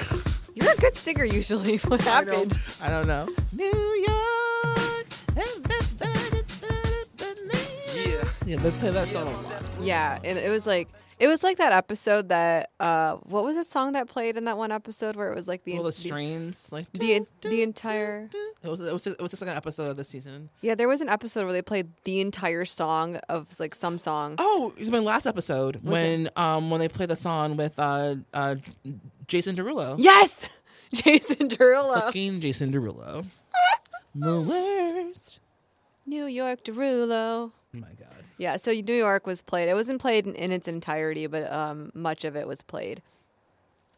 You're a good singer usually. <laughs> What happened? I don't know. New York. Yeah. Yeah, they play that song a lot. Yeah, and it was like it was like that episode that uh, what was that song that played in that one episode where it was like the All the, the strains, like the the entire it was. It was, it was the second episode of this season. yeah there was an episode where they played the entire song of like some song. Oh, it was my last episode when um when they played the song with uh uh Jason Derulo. <laughs> Yes, Jason Derulo. Fucking Jason <laughs> Derulo. the worst. New York Derulo. My God. Yeah, so New York was played. It wasn't played in, in its entirety, but um, much of it was played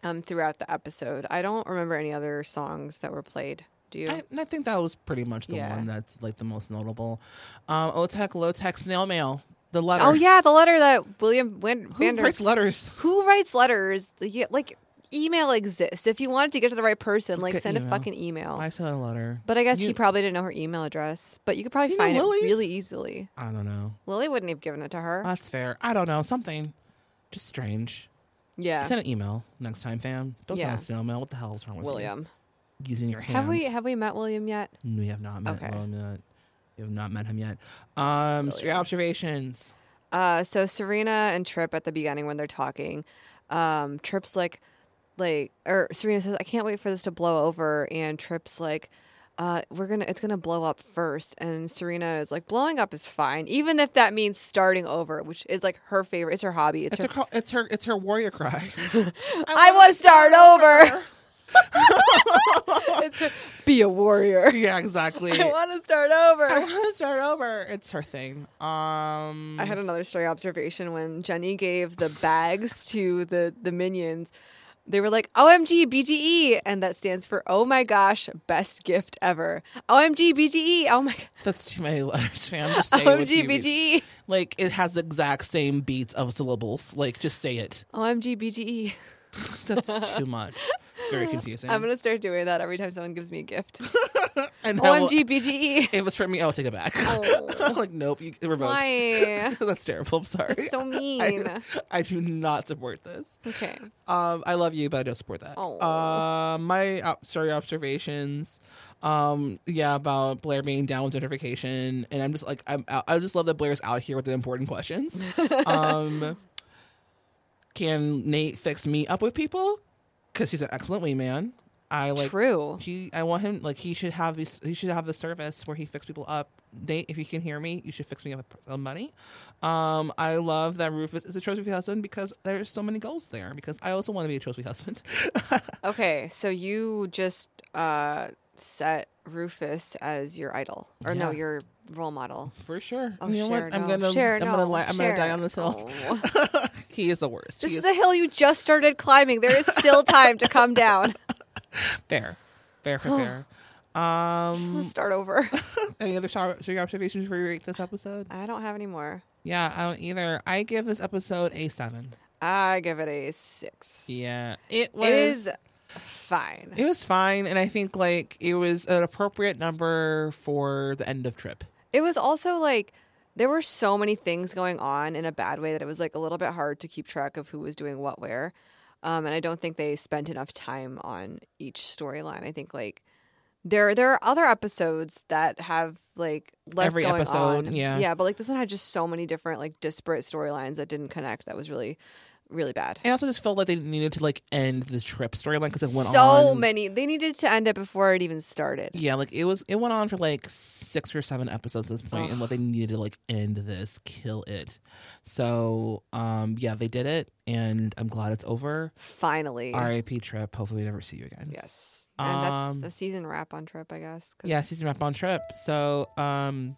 um, throughout the episode. I don't remember any other songs that were played. Do you? I, I think that was pretty much the Yeah. one that's like the most notable. Um, O tech, low tech, snail mail. The letter. oh yeah, the letter that William Win- Who Vander writes letters? Who writes letters? Yeah, like email exists. If you wanted to get to the right person, like Get send email. a fucking email. I sent a letter. but I guess You- he probably didn't know her email address. But you could probably You know find it Lily's? really easily. I don't know. Lily wouldn't have given it to her. That's fair. I don't know. Something just strange. yeah. Send an email next time, fam. Don't Yeah. send a snail mail. What the hell is wrong with you? William. Using your hands. Have we have we met William yet? We have not met Okay. him yet. We have not met him yet. Um, so your observations. Uh, so Serena and Trip at the beginning when they're talking, um, Trip's like, like, or Serena says, I can't wait for this to blow over. And Trip's like, uh, we're gonna, it's gonna blow up first. And Serena is like, blowing up is fine, even if that means starting over, which is like her favorite. It's her hobby. It's, It's her, her. call, it's her it's her warrior cry. <laughs> I want to start over. <laughs> it's her, be a warrior. <laughs> Yeah, exactly. <laughs> I want to start over. I want to start over. It's her thing. Um, I had another stray observation when Jenny gave the bags to the the minions. They were like, "OMG BGE," E, and that stands for "Oh my gosh, best gift ever." OMG BGE. Oh <laughs> my That's too many letters, fam. Just say it with OMG you read. BGE. Like it has the exact same beats of syllables. Like just say it. OMG BGE. <laughs> That's too much. It's very confusing. E. I'm gonna start doing that every time someone gives me a <laughs> gift. And I will- OMG <laughs> BGE. If it's for me, I'll take it back. Oh. <laughs> like nope, you revoked. Why? <laughs> That's terrible. I'm sorry. That's so mean. <laughs> I, I do not support this. Okay. Um, I love you, but I don't support that. Oh. Uh, my op- story observations, um, yeah, about Blair being down with gentrification, and I'm just like, I'm, out- I just love that Blair's out here with the important questions. um, can Nate fix me up with people? Because he's an excellent wingman. I like true. He, I want him like he should have this. He should have the service where he fix people up. Nate, if you can hear me, you should fix me up with some money. Um, I love that Rufus is a trophy husband because there's so many goals there. Because I also want to be a trophy husband. <laughs> Okay, so you just uh, set Rufus as your idol, or no, Yeah. your role model for sure. Oh, You know share, what? I'm no. gonna- share, I'm no, gonna li- I'm gonna share. die on this <laughs> hill. No. <laughs> he is the worst. This he is a hill you just started climbing. There is still time to come down. <laughs> fair, fair, fair, <gasps> fair. Um, Just want to start over. <laughs> any other star- story observations for you rate this episode? I don't have any more. Yeah, I don't either. I give this episode a seven. I give it a six. Yeah, it was. It is fine. It was fine, and I think like it was an appropriate number for the end of trip. It was also like there were so many things going on in a bad way that it was like a little bit hard to keep track of who was doing what where. Um, and I don't think they spent enough time on each storyline. I think like there there are other episodes that have like less Every going episode, on. yeah. yeah, but like this one had just so many different like disparate storylines that didn't connect. That was really really bad. I also just felt like they needed to like end the trip storyline because it went so on. many. They needed to end it before it even started. Yeah, like it was. It went on for like six or seven episodes at this point, and Ugh. what they needed to like end this, kill it. So, um, yeah, they did it, and I'm glad it's over. Finally. R.I.P. Trip. Hopefully, we never see you again. Yes. And that's Um, a season wrap on Trip, I guess. 'cause- Yeah, season wrap on Trip. So, um,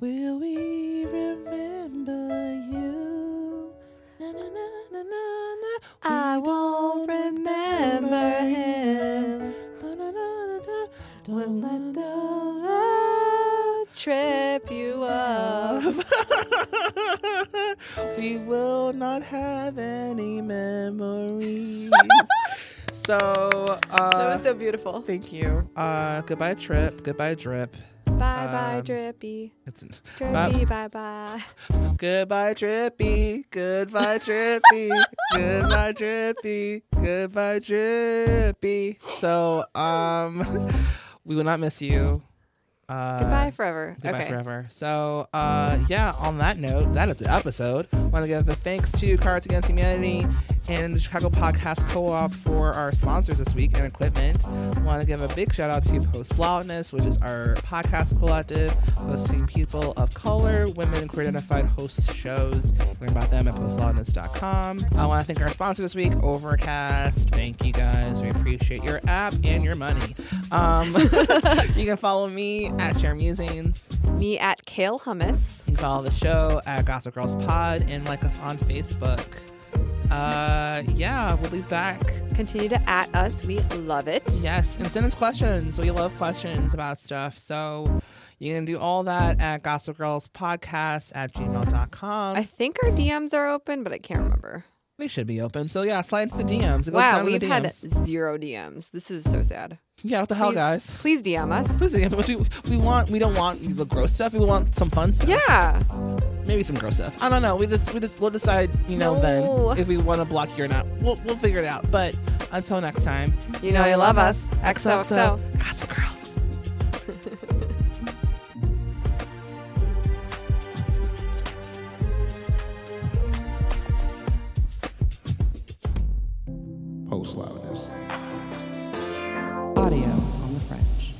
will we remember you? Na, na, na, na, na, na. I won't remember him. Don't let the world trip you <laughs> up. we will not have any <laughs> memories. so uh, that was so beautiful. thank you. Uh, goodbye, trip. Goodbye, drip. Bye bye, Um, Drippy. It's Drippy, bye bye. Goodbye, Drippy. Goodbye, Drippy. Goodbye, Drippy. Goodbye, Drippy. So, um, we will not miss you. Uh, Goodbye forever. Goodbye okay. forever. So, uh, yeah, on that note, that is the episode. I want to give a thanks to Cards Against Humanity and the Chicago Podcast Co op for our sponsors this week and equipment. want to give a big shout out to Post Loudness, which is our podcast collective hosting people of color, women, and queer identified host shows. Learn about them at postloudness.com. I want to thank our sponsor this week, Overcast. Thank you guys. We appreciate your app and your money. Um, <laughs> you can follow me at Share Musings. Me at Kale Hummus. You can follow the show at Gossip Girls Pod and like us on Facebook. Uh, yeah, we'll be back. Continue to at us. We love it. Yes, and send us questions. We love questions about stuff. So you can do all that at Gossip Girls Podcast at gmail.com. I think our DMs are open, but I can't remember. they should be open. So yeah, slide into the DMs. It goes Wow, down to we've the had DMs. zero DMs. This is so sad. yeah, what the hell, Please- guys? Please DM us. Please, yeah, because we, we want we don't want the gross stuff. We want some fun stuff. Yeah. Maybe some gross stuff. I don't know. We just, we just, we'll decide, you know, No. then if we want to block you or not. We'll, we'll figure it out. But until next time, You know you love us. XOXO. Gossip Girls. post loudness. Audio on the French.